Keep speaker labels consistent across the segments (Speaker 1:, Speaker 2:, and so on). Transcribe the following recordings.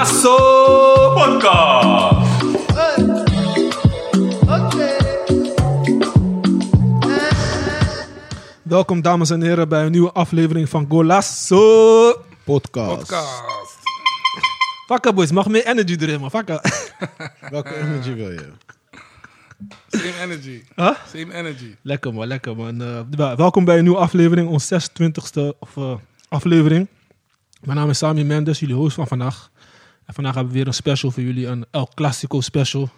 Speaker 1: Lasso Podcast.
Speaker 2: Welkom dames en heren bij een nieuwe aflevering van Golasso Podcast.
Speaker 3: Podcast.
Speaker 2: Fakka boys, mag meer energy erin man, fakka.
Speaker 4: Welke energy wil je?
Speaker 3: Same energy.
Speaker 2: Huh?
Speaker 3: Same energy.
Speaker 2: Lekker man, lekker man. Eh, wel- welkom bij een nieuwe aflevering, ons 26e of, eh, aflevering. Mijn naam is Sami Mendes, jullie host van vandaag. En vandaag hebben we weer een special voor jullie, een El Clasico special.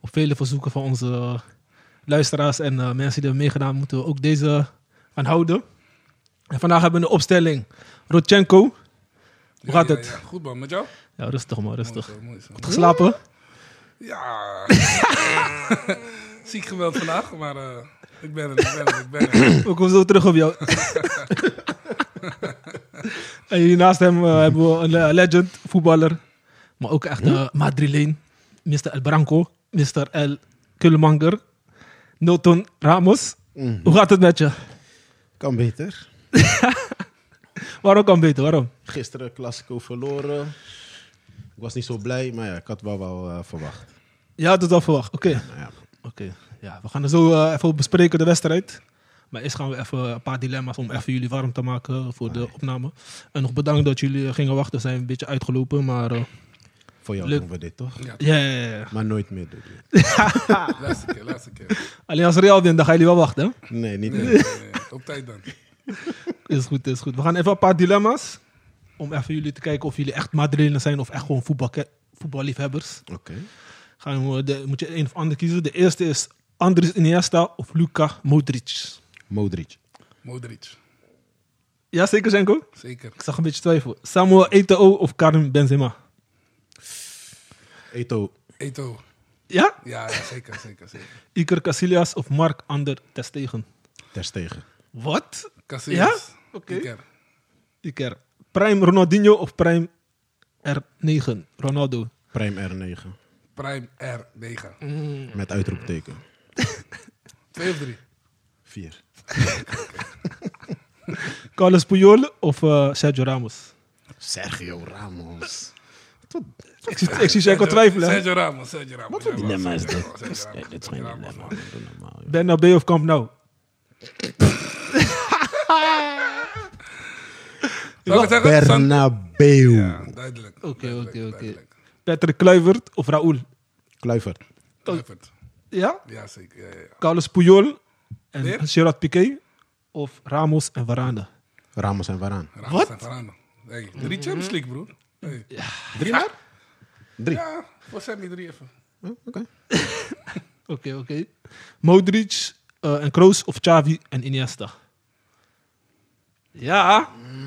Speaker 2: Op vele verzoeken van onze eh, luisteraars en eh, mensen die hebben meegedaan, moeten we ook deze gaan houden. En vandaag hebben we een opstelling. Rodchenko. Hoe gaat
Speaker 3: Ja,
Speaker 2: het?
Speaker 3: ja, ja. Goed man, met jou?
Speaker 2: Ja, rustig man, rustig.
Speaker 3: Mooi zo, mooi zo.
Speaker 2: Goed geslapen?
Speaker 3: Ja. Ziek geweld vandaag, maar eh, ik ben er, ik ben er, ik ben er.
Speaker 2: We komen zo terug op jou. en hier naast hem eh, hebben we een eh, legend, voetballer. Maar ook echt eh Madrileen. Mr. El Branco. Mr. El Kulmanger. Nilton Ramos. Hoe gaat het met je?
Speaker 4: Kan beter.
Speaker 2: Waarom kan beter? Waarom?
Speaker 4: Gisteren Classico verloren. Ik was niet zo blij, maar ja, ik had wel wel eh, verwacht.
Speaker 2: Je had het al verwacht. Oké.
Speaker 4: Nou ja,
Speaker 2: Oké. Ja, we gaan er zo eh, even op bespreken, de wedstrijd. Maar eerst gaan we even een paar dilemma's om even jullie warm te maken voor de opname. En nog bedankt dat jullie gingen wachten. We zijn een beetje uitgelopen, maar... eh,
Speaker 4: voor jou
Speaker 2: Leuk.
Speaker 4: doen we dit toch?
Speaker 2: ja, ja, ja, ja.
Speaker 4: Maar nooit meer doen.
Speaker 3: Laatste keer, laatste keer.
Speaker 2: Alleen als Real wint, dan gaan jullie wel wachten. hè?
Speaker 4: Nee, niet
Speaker 3: Nee,
Speaker 4: meer.
Speaker 3: nee, nee. Op tijd dan.
Speaker 2: Is goed, is goed. We gaan even een paar dilemma's. Om even jullie te kijken of jullie echt Madrilenen zijn of echt gewoon voetbalke- voetballiefhebbers.
Speaker 4: Oké.
Speaker 2: Gaan we de, moet je een of ander kiezen. De eerste is Andres Iniesta of Luka Modric.
Speaker 4: Modric.
Speaker 3: Modric.
Speaker 2: Ja, zeker, Zenko?
Speaker 3: Zeker.
Speaker 2: Ik zag een beetje twijfel. Samuel Eto'o of Karim Benzema?
Speaker 4: Eto.
Speaker 3: Eto.
Speaker 2: Ja?
Speaker 3: Ja, ja, zeker, zeker, zeker.
Speaker 2: Iker Casillas of Mark Ander Testegen?
Speaker 4: Terstegen.
Speaker 2: Wat?
Speaker 3: Casillas.
Speaker 2: Ja? Oké.
Speaker 3: Iker.
Speaker 2: Iker. Prime Ronaldinho of Prime R9? Ronaldo.
Speaker 4: Prime R9.
Speaker 3: Prime R9.
Speaker 4: Met uitroepteken.
Speaker 3: Twee of drie?
Speaker 4: 4.
Speaker 2: Carlos Puyol of eh, Sergio Ramos?
Speaker 4: Sergio Ramos.
Speaker 2: Ik zie, ik zie Zenko twijfelen. hè?
Speaker 3: Sergio Ramos, Sergio Ramos. Wat
Speaker 4: Dilemma is dat. Dit is geen dilemma. Doe normaal, joh.
Speaker 2: Bernabeu of Camp Nou?
Speaker 3: Zal ik het zeggen? San-
Speaker 4: Bernabeu.
Speaker 3: Ja, duidelijk.
Speaker 2: Oké,
Speaker 3: duidelijk,
Speaker 2: oké, oké.
Speaker 3: duidelijk.
Speaker 2: Patrick Kluivert of Raúl?
Speaker 4: Kluivert.
Speaker 3: Kluivert.
Speaker 2: Ja?
Speaker 3: Ja, zeker. Ja, ja, ja.
Speaker 2: Carlos Puyol en
Speaker 3: Weer?
Speaker 2: Gerard Piqué of Ramos en Varane?
Speaker 4: Ramos en Varaan.
Speaker 3: Ramas
Speaker 2: Wat?
Speaker 3: en Varane. Hey, drie Champions League, broer. Hey. Mm-hmm. Ja.
Speaker 4: Drie maar? Drie.
Speaker 3: wat zijn die drie even?
Speaker 4: Oh, Oké.
Speaker 2: Oké, oké. Modric eh, en Kroos of Xavi en Iniesta? Ja,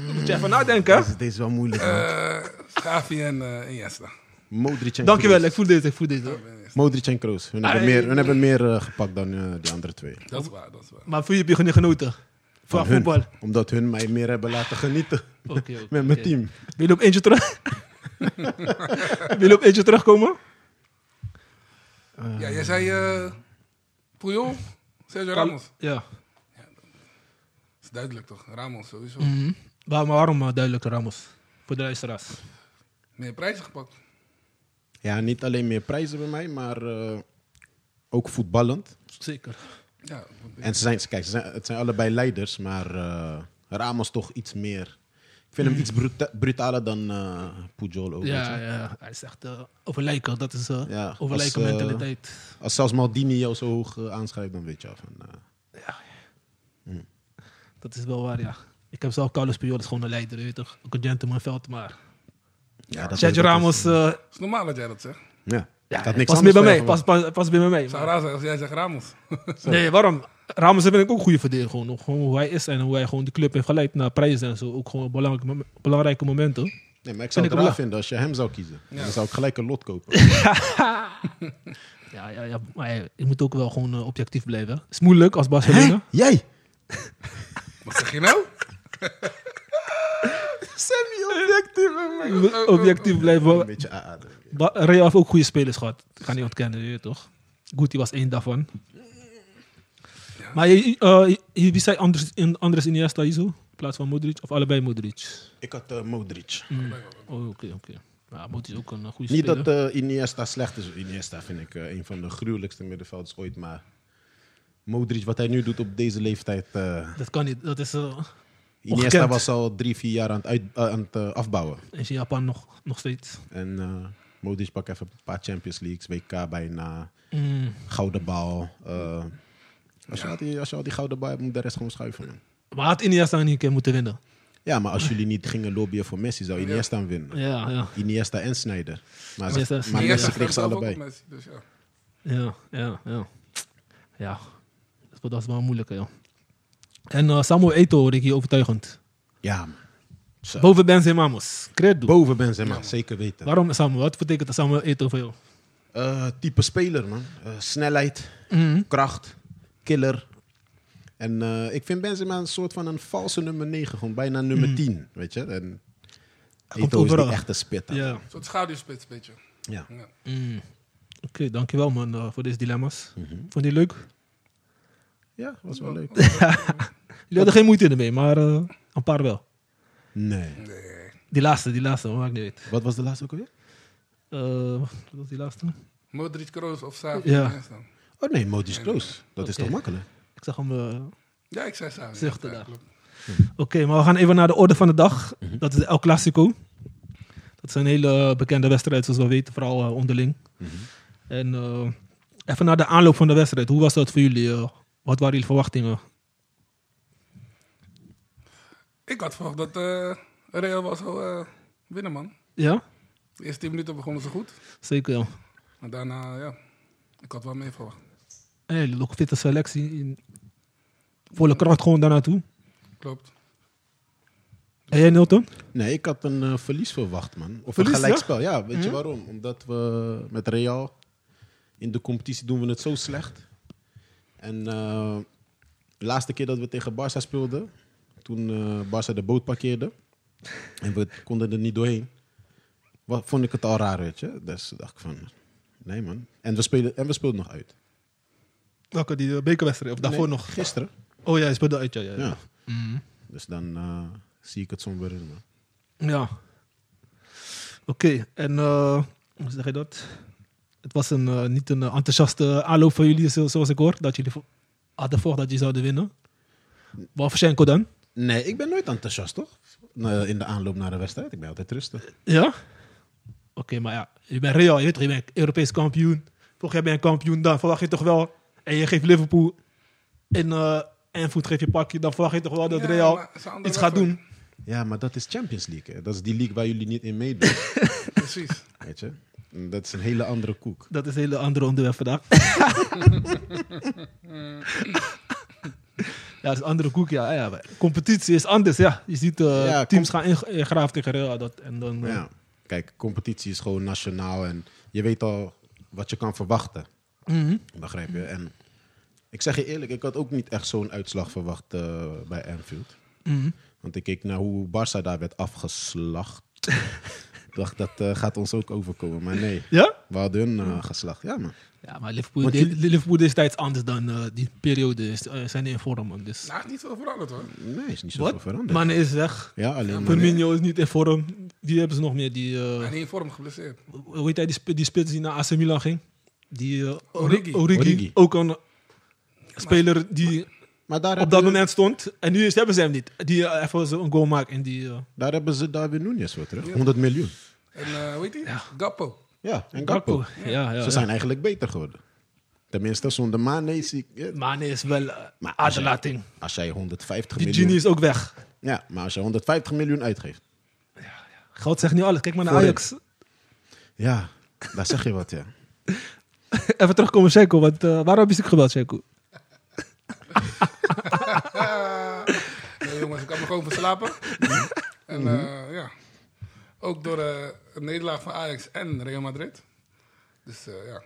Speaker 2: daar moet je even nadenken.
Speaker 4: Deze is wel moeilijk. man.
Speaker 3: Eh Gavi en eh Iniesta.
Speaker 4: Modric en
Speaker 2: Dankjewel,
Speaker 4: Kroos.
Speaker 2: ik voel dit, ik voel dit. hoor.
Speaker 4: Modric en Kroos. Hun hebben
Speaker 2: Ai.
Speaker 4: meer, hun hebben meer eh, gepakt dan eh, die andere twee.
Speaker 3: Dat is waar, dat is waar.
Speaker 2: Maar voel je heb je genoten? Van
Speaker 4: hun.
Speaker 2: voetbal. Oké,
Speaker 4: Omdat hun mij meer hebben laten genieten.
Speaker 2: oké,
Speaker 4: Met mijn
Speaker 2: oké.
Speaker 4: team.
Speaker 2: Wil je op eentje terug? Wil je op eentje terugkomen?
Speaker 3: Ja, jij zei eh Puyol, Sergio Ramos.
Speaker 2: Ja.
Speaker 3: is duidelijk toch? Ramos sowieso.
Speaker 4: Mm.
Speaker 2: Waar- Mhm. maar waarom eh, duidelijk Ramos? Voor de luisteraars.
Speaker 3: Meer prijzen gepakt.
Speaker 4: Ja, niet alleen meer prijzen bij mij, maar eh, ook voetballend.
Speaker 2: Zeker.
Speaker 3: Ja,
Speaker 4: En ze zijn, kijk, ze zijn, het zijn allebei leiders, maar eh, Ramos toch iets meer. Ik vind hem iets bruta- brutaler dan eh Pujol ook. weet
Speaker 2: Mm. Ja,
Speaker 4: je.
Speaker 2: ja, hij is echt eh, overlijken. Dat is eh
Speaker 4: Ja,
Speaker 2: overlijken
Speaker 4: als, eh,
Speaker 2: mentaliteit.
Speaker 4: Als zelfs Maldini jou zo hoog eh, aanschrijft, dan weet je al van... eh,
Speaker 2: Dat is wel waar, ja. Ik heb zelf Carlos Puyol, is gewoon een leider, je weet toch? Ook een gentleman veld, maar...
Speaker 4: ja, dat
Speaker 2: Sergio
Speaker 4: is-
Speaker 2: Ramos... eh
Speaker 3: is normaal dat jij dat zegt.
Speaker 4: Ja, ik had niks
Speaker 2: pas meer
Speaker 4: anders
Speaker 2: bij mij,
Speaker 4: zeggen,
Speaker 2: pas, pas, pas meer bij mij.
Speaker 3: Zou raar zijn als jij zegt Ramos.
Speaker 2: Nee, waarom? Ramos vind ik ook een goede verdediger. Gewoon, Ook gewoon hoe hij is en hoe hij gewoon de club heeft geleid naar prijzen en zo. Ook gewoon belangrijke, mom- belangrijke momenten.
Speaker 4: maar- Nee, maar ik
Speaker 2: Vind
Speaker 4: zou het
Speaker 2: ik
Speaker 4: raar
Speaker 2: wel.
Speaker 4: vinden als je hem zou kiezen.
Speaker 3: Ja.
Speaker 4: Dan zou ik gelijk een lot kopen.
Speaker 2: Ja, ja, ja. Maar ja, je moet ook wel gewoon eh, objectief blijven. Het is moeilijk als Barcelona.
Speaker 4: Jij!
Speaker 3: Wat zeg je nou?
Speaker 2: Je moet Objectief blijven.
Speaker 4: Een beetje AA, denk ik.
Speaker 2: Ba- Real heeft ook goede spelers gehad. Ik ga niet ontkennen, je weet toch? Guti was één daarvan. Maar je, eh, je- wie zei Andres, in- Andres Iniesta hier zo? In plaats van Modric? Of allebei Modric?
Speaker 4: Ik had eh, Modric.
Speaker 2: Oh, Oké, oké. Maar Moti is ook een eh, goede
Speaker 4: Niet
Speaker 2: speler.
Speaker 4: dat eh, Iniesta slecht is. Iniesta vind ik eh, een van de gruwelijkste middenvelders ooit. Maar Modric, wat hij nu doet op deze leeftijd. eh,
Speaker 2: dat kan niet. Dat is eh,
Speaker 4: Iniesta
Speaker 2: Ongekend.
Speaker 4: was al drie, vier jaar aan het, uit, eh, aan het eh, afbouwen.
Speaker 2: is in Japan nog, nog steeds.
Speaker 4: En eh, Modric pakt even een paar Champions Leagues, WK bijna,
Speaker 2: Mm,
Speaker 4: gouden bal. eh. als, je al die, als je al die gouden bal hebt, moet de rest gewoon schuiven. man.
Speaker 2: Maar had Iniesta niet een keer moeten winnen.
Speaker 4: Ja, maar als jullie niet gingen lobbyen voor Messi, zou Iniesta hem winnen.
Speaker 2: Ja, ja,
Speaker 4: Iniesta en Snyder. Maar, ze-
Speaker 2: Iniesta en
Speaker 4: maar
Speaker 2: Sneijder.
Speaker 3: Iniesta
Speaker 4: Messi kreeg ze
Speaker 3: speelt ook op
Speaker 4: allebei.
Speaker 3: Messi, dus ja.
Speaker 2: ja, ja, ja. Ja, dat is- dat is wel moeilijk, joh. En eh, Samuel Eto'o hoorde ik hier overtuigend.
Speaker 4: Ja, man. Zo.
Speaker 2: Boven Benzema, mos. Credo.
Speaker 4: boven Benzema, zeker weten.
Speaker 2: Waarom Samuel? Wat betekent Samuel Eto'o voor jou?
Speaker 4: Eh, type speler, man. Eh, snelheid, Mhm. kracht, killer. En eh, ik vind Benzema een soort van een valse nummer 9, gewoon bijna nummer 10, weet je. En
Speaker 2: komt
Speaker 4: Eto'o is die
Speaker 2: overal.
Speaker 4: echte spitter.
Speaker 2: Ja.
Speaker 3: Een soort schaduwspits, beetje.
Speaker 4: Ja.
Speaker 3: Ja.
Speaker 2: Mm. Oké, dankjewel man eh, voor deze dilemma's. Vond je het leuk?
Speaker 4: ja, was wel leuk.
Speaker 2: Jullie hadden geen moeite ermee, maar eh, een paar wel.
Speaker 4: Nee.
Speaker 3: Nee.
Speaker 2: Die laatste, die laatste, wat maakt niet uit.
Speaker 4: Wat was de laatste ook alweer?
Speaker 2: Eh, wat was die laatste?
Speaker 3: Modric, Kroos of Savi.
Speaker 2: Ja.
Speaker 3: Iniesta.
Speaker 4: Oh nee, Modric Kroos. Dat is
Speaker 2: Oké.
Speaker 4: toch makkelijk?
Speaker 2: Ik zag hem. eh,
Speaker 3: Ja, ik zei Savi.
Speaker 2: Zuchtte
Speaker 3: Ja,
Speaker 2: daar.
Speaker 3: klopt.
Speaker 2: Oké, maar we gaan even naar de orde van de dag. Dat is de El Clasico. Dat is een hele bekende wedstrijd, zoals we weten, vooral eh, onderling. En eh, even naar de aanloop van de wedstrijd. Hoe was dat voor jullie? eh? wat waren jullie verwachtingen?
Speaker 3: Ik had verwacht dat eh, Real was al eh winnen, man.
Speaker 2: Ja,
Speaker 3: De eerste 10 minuten begonnen ze goed.
Speaker 2: zeker. Ja.
Speaker 3: Maar daarna, ja, ik had wel mee verwacht.
Speaker 2: En jullie ook fitte selectie. In volle kracht gewoon daar naartoe.
Speaker 3: Klopt.
Speaker 2: En jij, Nilton?
Speaker 4: Nee, ik had een eh, verlies verwacht, man. Of
Speaker 2: Verlies,
Speaker 4: een gelijkspel. Ja, weet je waarom? Omdat we met Real in de competitie doen we het zo slecht. En eh, de laatste keer dat we tegen Barça speelden, toen eh Barça de boot parkeerde en we konden er niet doorheen, wa- vond ik het al raar, weet je. Dus dacht ik van, nee man. En we speelden, en we speelden nog uit.
Speaker 2: Welke, die eh, bekerwedstrijd? Of
Speaker 4: Nee, Gisteren.
Speaker 2: Oh ja, je speelde uit, ja. Ja,
Speaker 4: Ja.
Speaker 2: ja. Mm.
Speaker 4: Dus dan eh, zie ik het soms weer in, man.
Speaker 2: Ja. Oké, en eh, hoe zeg je dat? Het was een, eh, niet een eh, enthousiaste aanloop van jullie, zo- zoals ik hoor. Dat jullie vo- hadden verwacht dat jullie zouden winnen. Behalve Schenko dan.
Speaker 4: Nee, ik ben nooit enthousiast, toch? Eh, in de aanloop naar de wedstrijd. Ik ben altijd rustig.
Speaker 2: Ja? Oké, maar ja, je bent Real, je, weet toch, je bent Europees kampioen. Vorig jaar ben je kampioen, dan verwacht je toch wel... En je geeft Liverpool in eh voet geef je pakje, dan verwacht je toch wel dat
Speaker 3: Ja,
Speaker 2: Real
Speaker 3: maar het is een andere
Speaker 2: iets gaat
Speaker 3: wedstrijd.
Speaker 2: doen.
Speaker 4: Ja, maar dat is Champions League. Hè? Dat is die league waar jullie niet in meedoen.
Speaker 3: Precies.
Speaker 4: weet je? En Dat is een hele andere koek.
Speaker 2: Dat is een hele andere onderwerp vandaag. ja, het is een andere koek, ja. ja maar competitie is anders, ja. Je ziet eh,
Speaker 4: Ja,
Speaker 2: teams gaan inge- ingraven tegen Real. Dat, en dan, eh,
Speaker 4: Ja. Kijk, competitie is gewoon nationaal en je weet al wat je kan verwachten.
Speaker 2: mhm.
Speaker 4: Begrijp je? En ik zeg je eerlijk, ik had ook niet echt zo'n uitslag verwacht eh, bij Anfield.
Speaker 2: Mhm.
Speaker 4: Want ik keek naar hoe Barça daar werd afgeslacht. ik dacht, dat eh, gaat ons ook overkomen. Maar nee,
Speaker 2: Ja?
Speaker 4: we hadden hun eh, geslacht. Ja, man.
Speaker 2: Ja, maar Liverpool,
Speaker 4: Want
Speaker 2: deed-
Speaker 4: jullie-
Speaker 2: Liverpool destijds anders dan eh, die periode. Is, eh, zijn in vorm, man. Dus.
Speaker 3: Nou, niet veel veranderd hoor.
Speaker 4: Nee, is niet
Speaker 2: Wat?
Speaker 4: zoveel veranderd.
Speaker 2: Mané is weg.
Speaker 4: Ja, alleen maar.
Speaker 2: Firmino is niet in vorm. Die hebben ze nog meer. Die, eh,
Speaker 3: En in vorm geblesseerd.
Speaker 2: hoe heet hij, die, sp- die spits die naar AC Milan ging? Die eh,
Speaker 3: Origi.
Speaker 2: Origi.
Speaker 4: Origi.
Speaker 2: Ook een speler die
Speaker 4: Maar daar
Speaker 2: op
Speaker 4: hebben,
Speaker 2: dat moment stond. En nu is, hebben ze hem niet. Die eh, even zo een goal maakt en die... eh,
Speaker 4: daar hebben ze Darwin Nunes voor terug. 100 miljoen.
Speaker 3: En eh hoe heet die? Gappo.
Speaker 4: Ja, en Gakpo.
Speaker 2: Gakpo. Ja, ja,
Speaker 4: Ze
Speaker 2: ja.
Speaker 4: zijn eigenlijk beter geworden. Tenminste, zonder Mane zie ik... eh,
Speaker 2: Mane is wel eh,
Speaker 4: Maar als jij-
Speaker 2: aderlating.
Speaker 4: Als jij 150
Speaker 2: Die
Speaker 4: miljoen...
Speaker 2: genie is ook weg.
Speaker 4: Ja, maar als je 150 miljoen uitgeeft...
Speaker 2: Geld zegt niet alles. Kijk maar naar
Speaker 4: Voorin.
Speaker 2: Ajax.
Speaker 4: Ja, daar zeg je wat, ja.
Speaker 2: Even terugkomen, Sheko. Want eh, waarom heb je ziek gebeld, Sheko?
Speaker 3: Nee, jongens, ik had me gewoon verslapen. en eh, ja, ook door eh, een nederlaag van Ajax en Real Madrid. Dus eh, ja,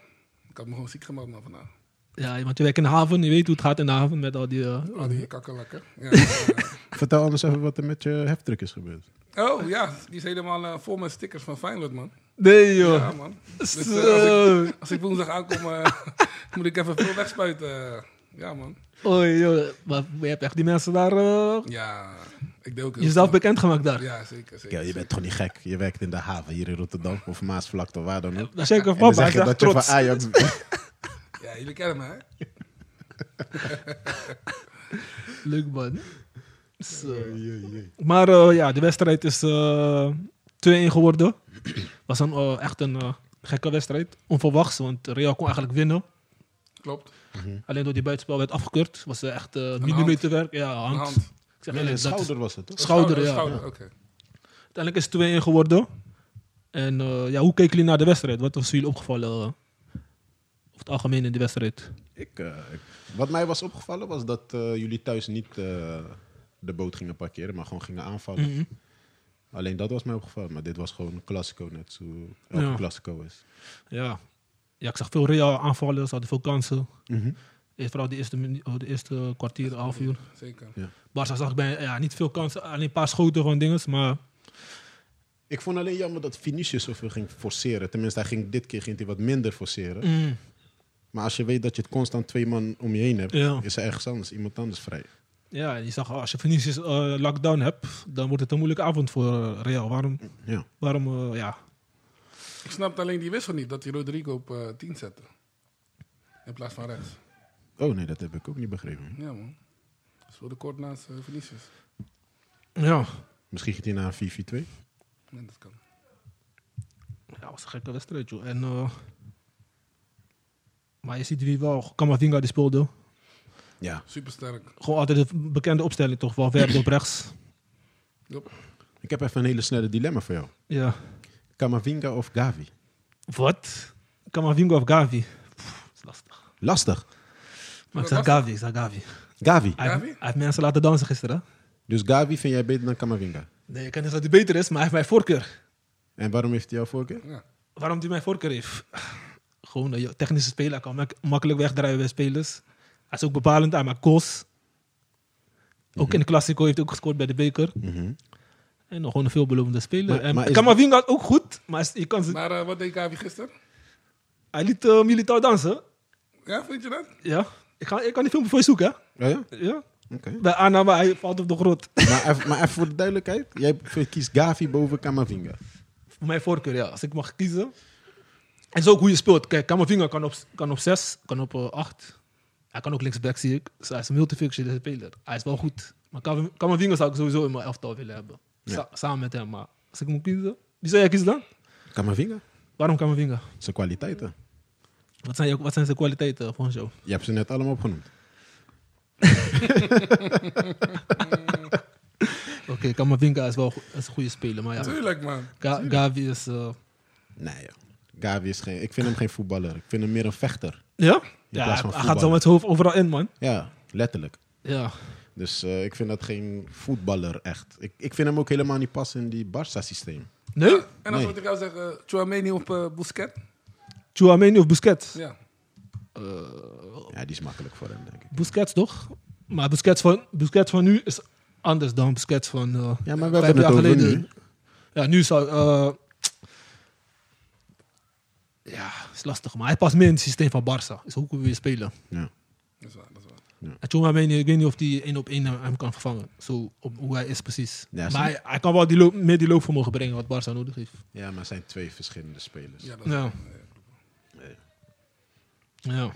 Speaker 3: ik had me gewoon ziek gemaakt man vandaag.
Speaker 2: Ja, want je werkt in de haven. Je weet hoe het gaat in de haven met al die... eh,
Speaker 3: Al Oh, die kakkelakken. Ja, eh,
Speaker 4: Vertel anders even wat er met je heftruck is gebeurd.
Speaker 3: oh ja, die is helemaal eh, vol met stickers van Feyenoord man.
Speaker 2: Nee, joh.
Speaker 3: Ja man. Dus, eh,
Speaker 2: Zo.
Speaker 3: als, ik, als ik woensdag aankom, eh, moet ik even veel wegspuiten. eh. ja man.
Speaker 2: Oei, joh. Maar je hebt echt die mensen daar... eh,
Speaker 3: Ja, ik Ik deed ook heel
Speaker 2: Jezelf
Speaker 3: snel.
Speaker 2: bekendgemaakt daar.
Speaker 3: Ja, zeker. zeker.
Speaker 4: Kerel, je bent toch niet gek? Je werkt in de haven hier in Rotterdam of Maasvlakte, waar dan ook.
Speaker 2: Dat is zeker
Speaker 4: En dan
Speaker 2: papa, hij is
Speaker 4: zeg je
Speaker 2: echt
Speaker 4: dat je van
Speaker 2: trots.
Speaker 4: Ajax bent.
Speaker 3: Ja, jullie kennen me, hè?
Speaker 2: Leuk man. Zo. Maar eh, ja, de wedstrijd is eh 2-1 geworden. was een, eh, echt een eh, gekke wedstrijd. Onverwachts, want Real kon eigenlijk winnen.
Speaker 3: Klopt.
Speaker 4: Hm.
Speaker 2: Alleen door die buitenspel werd afgekeurd. was eh, echt eh,
Speaker 3: hand.
Speaker 2: millimeterwerk. Ja, hand.
Speaker 3: Een hand.
Speaker 2: Ik zeg
Speaker 4: Nee,
Speaker 2: eerlijk, dat is-
Speaker 4: schouder was het, toch?
Speaker 2: Schouder, ja.
Speaker 3: Schouder, oké.
Speaker 2: Uiteindelijk is het 2-1 geworden. En eh, ja, hoe keken jullie naar de wedstrijd? Wat was jullie opgevallen? eh, over het algemeen in de wedstrijd?
Speaker 4: Ik, eh, ik- wat mij was opgevallen was dat eh, jullie thuis niet eh, de boot gingen parkeren, maar gewoon gingen aanvallen.
Speaker 2: Mhm.
Speaker 4: Alleen dat was mij opgevallen. Maar dit was gewoon een Classico, net zo elke
Speaker 2: Ja.
Speaker 4: Classico is.
Speaker 2: Ja. ja, ik zag veel Real aanvallen. Ze hadden veel kansen.
Speaker 4: Mhm.
Speaker 2: Eh, Vooral de eerste, minu- oh, de eerste kwartier, half uur.
Speaker 3: Zeker.
Speaker 2: Barca zag ik bij, ja, niet veel kansen. Alleen een paar schoten van dinges. Maar
Speaker 4: Ik vond alleen jammer dat Vinicius zoveel ging forceren. Tenminste, hij ging dit keer ging hij wat minder forceren.
Speaker 2: mm,
Speaker 4: Maar als je weet dat je het constant twee man om je heen hebt,
Speaker 2: Ja.
Speaker 4: is er ergens anders, iemand anders vrij.
Speaker 2: ja, je zag als je Vinicius eh, lockdown hebt, dan wordt het een moeilijke avond voor eh, Real. Waarom?
Speaker 4: Ja.
Speaker 2: waarom eh, ja.
Speaker 3: Ik snapte alleen die wissel niet, dat hij Rodrigo op eh, 10 zette. In plaats van rechts.
Speaker 4: Oh nee, dat heb ik ook niet begrepen.
Speaker 3: Ja, man. Ze de kort naast eh, Vinicius.
Speaker 2: Ja.
Speaker 4: Misschien gaat hij naar een 4-4-2.
Speaker 3: Nee, dat kan.
Speaker 2: ja, was een gekke wedstrijd. Joh. En, eh, maar je ziet wie wel. Kamavinga die speelde.
Speaker 4: Ja.
Speaker 3: Supersterk.
Speaker 2: Gewoon altijd de bekende opstelling toch? Wel verder op rechts.
Speaker 3: Yep.
Speaker 4: Ik heb even een hele snelle dilemma voor jou.
Speaker 2: Ja.
Speaker 4: Kamavinga of Gavi?
Speaker 2: Wat? Kamavinga of Gavi? Pff, is lastig.
Speaker 4: Lastig.
Speaker 2: Maar ik zeg Gavi, ik zeg Gavi.
Speaker 4: Gavi.
Speaker 2: Hij, heeft-
Speaker 3: Gavi?
Speaker 2: hij heeft mensen laten dansen gisteren. hè?
Speaker 4: Dus Gavi vind jij beter dan Kamavinga?
Speaker 2: Nee, ik ken niet dat hij beter is, maar hij heeft mijn voorkeur.
Speaker 4: En waarom heeft hij jouw voorkeur?
Speaker 3: Ja.
Speaker 2: waarom die mijn voorkeur heeft. Gewoon een technische speler. Hij kan mak- makkelijk wegdraaien bij spelers. Hij is ook bepalend. Hij maakt goals. Ook in de Classico heeft hij ook gescoord bij de beker.
Speaker 4: Mhm.
Speaker 2: En nog gewoon een veelbelovende speler.
Speaker 4: Maar-
Speaker 2: en
Speaker 4: maar is-
Speaker 2: Kamavinga ook goed. Maar is- je kan, ze-
Speaker 3: Maar eh, wat deed Gavi gisteren?
Speaker 2: hij liet eh, Militao dansen.
Speaker 3: Ja, vind je dat?
Speaker 2: Ja. Ik, ga, ik kan die filmpje voor je zoeken. hè?
Speaker 4: Oh ja?
Speaker 2: Ja.
Speaker 4: Oké.
Speaker 2: Bij Anama, hij valt op de grond.
Speaker 4: maar, even, maar even voor de duidelijkheid. Jij kiest Gavi boven Kamavinga.
Speaker 2: Voor mijn voorkeur, ja. Als ik mag kiezen. En zo ook hoe je speelt. Kijk, Kamavinga kan op, kan op 6, kan op 8. hij kan ook linksback, zie ik. Dus hij is een multifunctionele speler. Hij is wel goed. Maar Kam- Kamavinga zou ik sowieso in mijn elftal willen hebben. Sa- samen met hem. Maar als ik moet kiezen... Wie zou jij kiezen dan?
Speaker 4: Kamavinga?
Speaker 2: Waarom Kamavinga?
Speaker 4: Zijn kwaliteiten.
Speaker 2: Wat zijn, jou- wat zijn zijn kwaliteiten eh, volgens jou?
Speaker 4: Je hebt ze net allemaal opgenoemd.
Speaker 2: Oké, Kamavinga is wel go- is een goede speler. Maar ja,
Speaker 3: Tuurlijk, man.
Speaker 2: Ga- Gavi is... eh,
Speaker 4: Nee joh. Gavi is geen... Ik vind hem geen voetballer. Ik vind hem meer een vechter.
Speaker 2: ja? Ja,
Speaker 4: plaats
Speaker 2: hij-
Speaker 4: van
Speaker 2: hij gaat zo
Speaker 4: voetballer.
Speaker 2: met zijn hoofd overal in, man.
Speaker 4: Ja, letterlijk.
Speaker 2: Ja.
Speaker 4: Dus eh, ik vind dat geen voetballer echt. Ik, ik vind hem ook helemaal niet passen in die Barça-systeem.
Speaker 2: Nee?
Speaker 3: En als
Speaker 4: Nee.
Speaker 3: moet ik jou zeggen, Chouameni op eh Busquets?
Speaker 2: Chouameni of Busquets?
Speaker 3: Ja.
Speaker 4: Ja, die is makkelijk voor hem, denk ik.
Speaker 2: Busquets toch? Maar Busquets van, Busquets van nu is anders dan Busquets van eh,
Speaker 4: Ja, maar we
Speaker 2: vijf
Speaker 4: hebben
Speaker 2: jaar
Speaker 4: het over
Speaker 2: geleden.
Speaker 4: nu.
Speaker 2: Ja, nu zou... eh, ja, is lastig. Maar hij past meer in het systeem van Barça. Is ook hoe we weer spelen.
Speaker 4: Ja.
Speaker 3: Dat is waar, dat is waar.
Speaker 2: En Tchouameni, ik weet niet of hij één op één hem kan vervangen. Zo, op hoe hij is precies.
Speaker 4: Ja,
Speaker 2: maar
Speaker 4: snap.
Speaker 2: hij, hij kan wel die loop, meer die loopvermogen brengen wat Barça nodig heeft.
Speaker 4: ja, maar het zijn twee verschillende spelers.
Speaker 3: Ja, dat is
Speaker 2: Ja. Ja.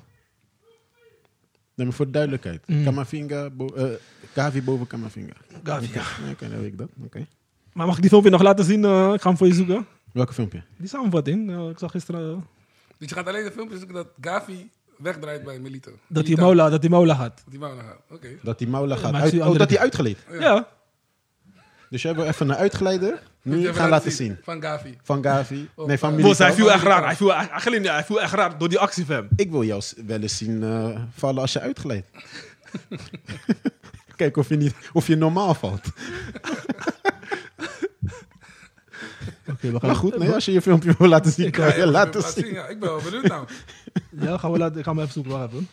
Speaker 4: Nee, maar voor de duidelijkheid.
Speaker 2: Mm.
Speaker 4: Kamavinga, bo- eh, Gavi boven Kamavinga.
Speaker 2: Gavi,
Speaker 4: Oké,
Speaker 2: ja.
Speaker 4: nee, oké, dan weet ik dat. Oké.
Speaker 2: Maar mag ik die filmpje nog laten zien? Eh, ik ga hem voor je zoeken.
Speaker 4: Welke filmpje?
Speaker 2: Die samenvatting. eh, ik zag gisteren eh,
Speaker 3: Dus je gaat alleen de filmpjes zoeken dat Gavi wegdraait bij Milito.
Speaker 2: dat hij
Speaker 3: Militao.
Speaker 2: Mola, dat hij Mola gaat.
Speaker 3: Die Maula gaat, oké.
Speaker 4: Dat die Maula gaat
Speaker 2: maar ik
Speaker 4: uit...
Speaker 2: zie
Speaker 4: Oh,
Speaker 2: andere
Speaker 4: dat hij
Speaker 2: dingen.
Speaker 4: uitgeleid.
Speaker 2: Ja.
Speaker 4: Dus jij wil even een uitgeleider
Speaker 3: Moet Dus je
Speaker 4: nu
Speaker 3: even
Speaker 4: gaan laten zien.
Speaker 3: Van Gavi.
Speaker 4: Van Gavi.
Speaker 3: Oh,
Speaker 4: nee, van
Speaker 3: eh,
Speaker 2: Bos, hij
Speaker 4: Militao.
Speaker 2: viel echt raar. Hij viel, hij, glimde, hij viel echt raar door die actie van hem.
Speaker 4: Ik wil jou s- wel eens zien eh, vallen als je uitglijdt. Kijk of je, niet, of je normaal valt.
Speaker 2: we gaan,
Speaker 4: Maar goed, nee, als je je filmpje wil laten zien, kan je
Speaker 3: Ja,
Speaker 4: laten
Speaker 3: laat
Speaker 4: zien.
Speaker 3: Ja, ik ben wel benieuwd nou.
Speaker 2: Ja, gaan we laten, ik ga hem even zoeken. Wacht even.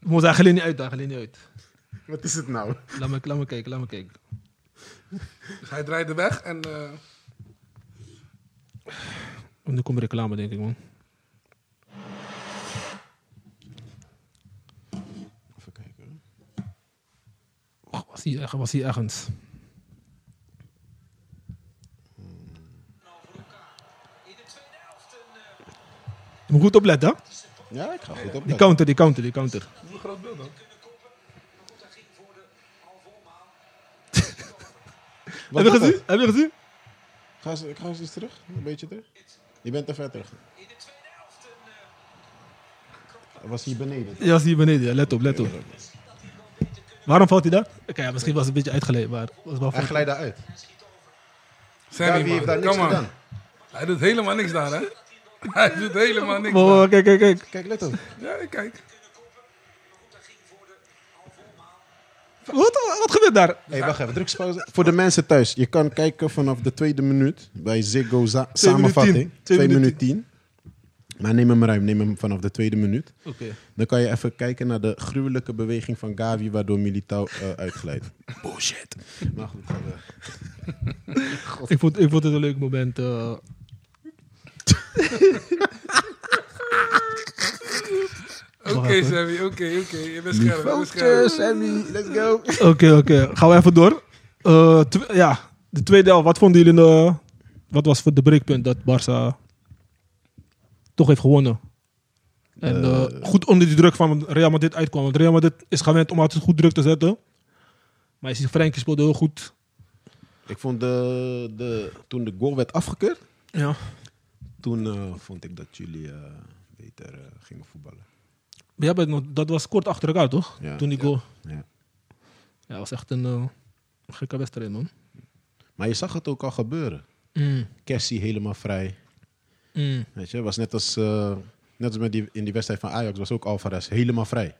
Speaker 2: Bos, hij glimde niet uit. Hij glimde niet uit.
Speaker 4: Wat is het nou?
Speaker 2: Laat me, laat me kijken, laat me kijken.
Speaker 3: Dus hij draait er weg en... eh,
Speaker 2: Nu komt reclame, denk ik, man.
Speaker 4: Even kijken.
Speaker 2: Wacht, Was hij, echt- was hij ergens? Je moet goed opletten. hè?
Speaker 4: Ja, ik ga goed op.
Speaker 2: Die counter, die counter, die counter.
Speaker 3: Dat is een groot beeld, hoor.
Speaker 2: Heb je gezien? Heb je gezien?
Speaker 4: Ga eens, ga eens iets terug, een beetje terug. Je bent te ver terug. Hij was hier beneden.
Speaker 2: Ja, zie je beneden. ja. Let op, let op. Waarom valt hij daar? Oké, ja, misschien was het een beetje uitgeleid, maar het was wel
Speaker 4: Hij
Speaker 2: fout.
Speaker 4: glijdt daaruit.
Speaker 3: Sammy,
Speaker 4: Gavi heeft
Speaker 3: man.
Speaker 4: daar niks
Speaker 3: Come on.
Speaker 4: gedaan.
Speaker 3: Hij doet helemaal niks daar, hè? Hij doet helemaal niks
Speaker 2: Oh,
Speaker 3: daar.
Speaker 2: kijk, kijk, kijk.
Speaker 4: Kijk, let op.
Speaker 3: Ja, ik kijk.
Speaker 2: Wat, wat gebeurt daar?
Speaker 4: Hey, wacht even, drugspauze. Voor de mensen thuis, je kan kijken vanaf de tweede minuut bij Ziggo za- samenvatting.
Speaker 2: tien. Twee
Speaker 4: 2 minuut
Speaker 2: minuut
Speaker 4: 10. Maar neem hem ruim, neem hem vanaf de tweede minuut.
Speaker 2: Oké.
Speaker 4: Dan kan je even kijken naar de gruwelijke beweging van Gavi, waardoor Militao eh, uitglijdt. Bullshit. Maar goed, gaan we-
Speaker 2: Ik vond, ik vond het een leuk moment. eh.
Speaker 3: Oké,
Speaker 2: even.
Speaker 3: Sammy, oké, oké. Je bent scherp, je bent scherp.
Speaker 4: Cheers, Sammy, let's go.
Speaker 2: Oké, oké. Gaan we even door. Eh, tw- ja, de tweede helft. Wat vonden jullie... eh, wat was voor de breekpunt dat Barça toch heeft gewonnen? En eh, goed onder die druk van Real Madrid uitkwam. Want Real Madrid is gewend om altijd goed druk te zetten. Maar je ziet, Frenkie speelde heel goed.
Speaker 4: Ik vond de, de, toen de goal werd afgekeurd,
Speaker 2: Ja.
Speaker 4: toen eh, vond ik dat jullie eh, beter eh, gingen voetballen.
Speaker 2: Ja, maar nog- dat was kort achter elkaar, toch?
Speaker 4: Ja.
Speaker 2: Toen die goal.
Speaker 4: Ja.
Speaker 2: Ja, dat was echt een eh, gekke wedstrijd, man.
Speaker 4: Maar je zag het ook al gebeuren.
Speaker 2: Mm,
Speaker 4: Cassie helemaal vrij.
Speaker 2: mm.
Speaker 4: Weet je, was net als, eh, net als met die, in die wedstrijd van Ajax was ook Alvarez helemaal vrij.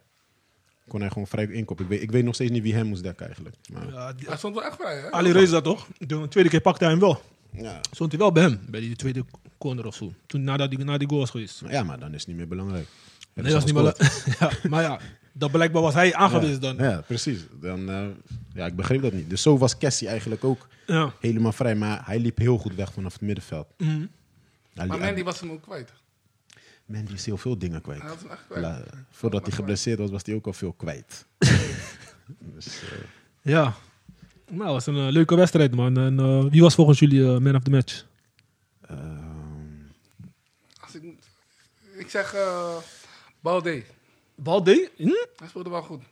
Speaker 4: Kon hij gewoon vrij inkopen. Ik weet, ik weet nog steeds niet wie hem moest dekken eigenlijk. Maar, ja.
Speaker 2: Ja, die-
Speaker 3: Hij stond wel echt vrij, hè?
Speaker 2: Ali Reza, toch? De tweede keer pakte hij hem wel.
Speaker 4: Ja.
Speaker 2: stond hij wel bij hem, bij die tweede corner of zo. Toen nadat die, na die goal was geweest.
Speaker 4: Maar, ja, maar dan is het niet meer belangrijk.
Speaker 2: Nee, dat is niet wel. ja, maar ja, dat blijkbaar was hij aangewezen dan.
Speaker 4: Ja, precies. Dan, eh, ja, ik begreep dat niet. Dus zo was Cassie eigenlijk ook
Speaker 2: Ja.
Speaker 4: helemaal vrij. Maar hij liep heel goed weg vanaf het middenveld.
Speaker 2: Mhm.
Speaker 4: Hij
Speaker 3: Maar
Speaker 4: liep-
Speaker 3: Mandy was hem ook kwijt.
Speaker 4: Mandy is heel veel dingen kwijt.
Speaker 3: Hij had hem echt kwijt.
Speaker 4: La- voordat hij geblesseerd was, was hij ook al veel kwijt. dus, eh,
Speaker 2: ja. Nou, het was een eh, leuke wedstrijd, man. En eh, wie was volgens jullie eh, man of the match?
Speaker 4: ehm,
Speaker 3: Als ik, ik zeg eh Balde.
Speaker 2: Balde? Hm? Oké.
Speaker 3: Hij speelde wel goed.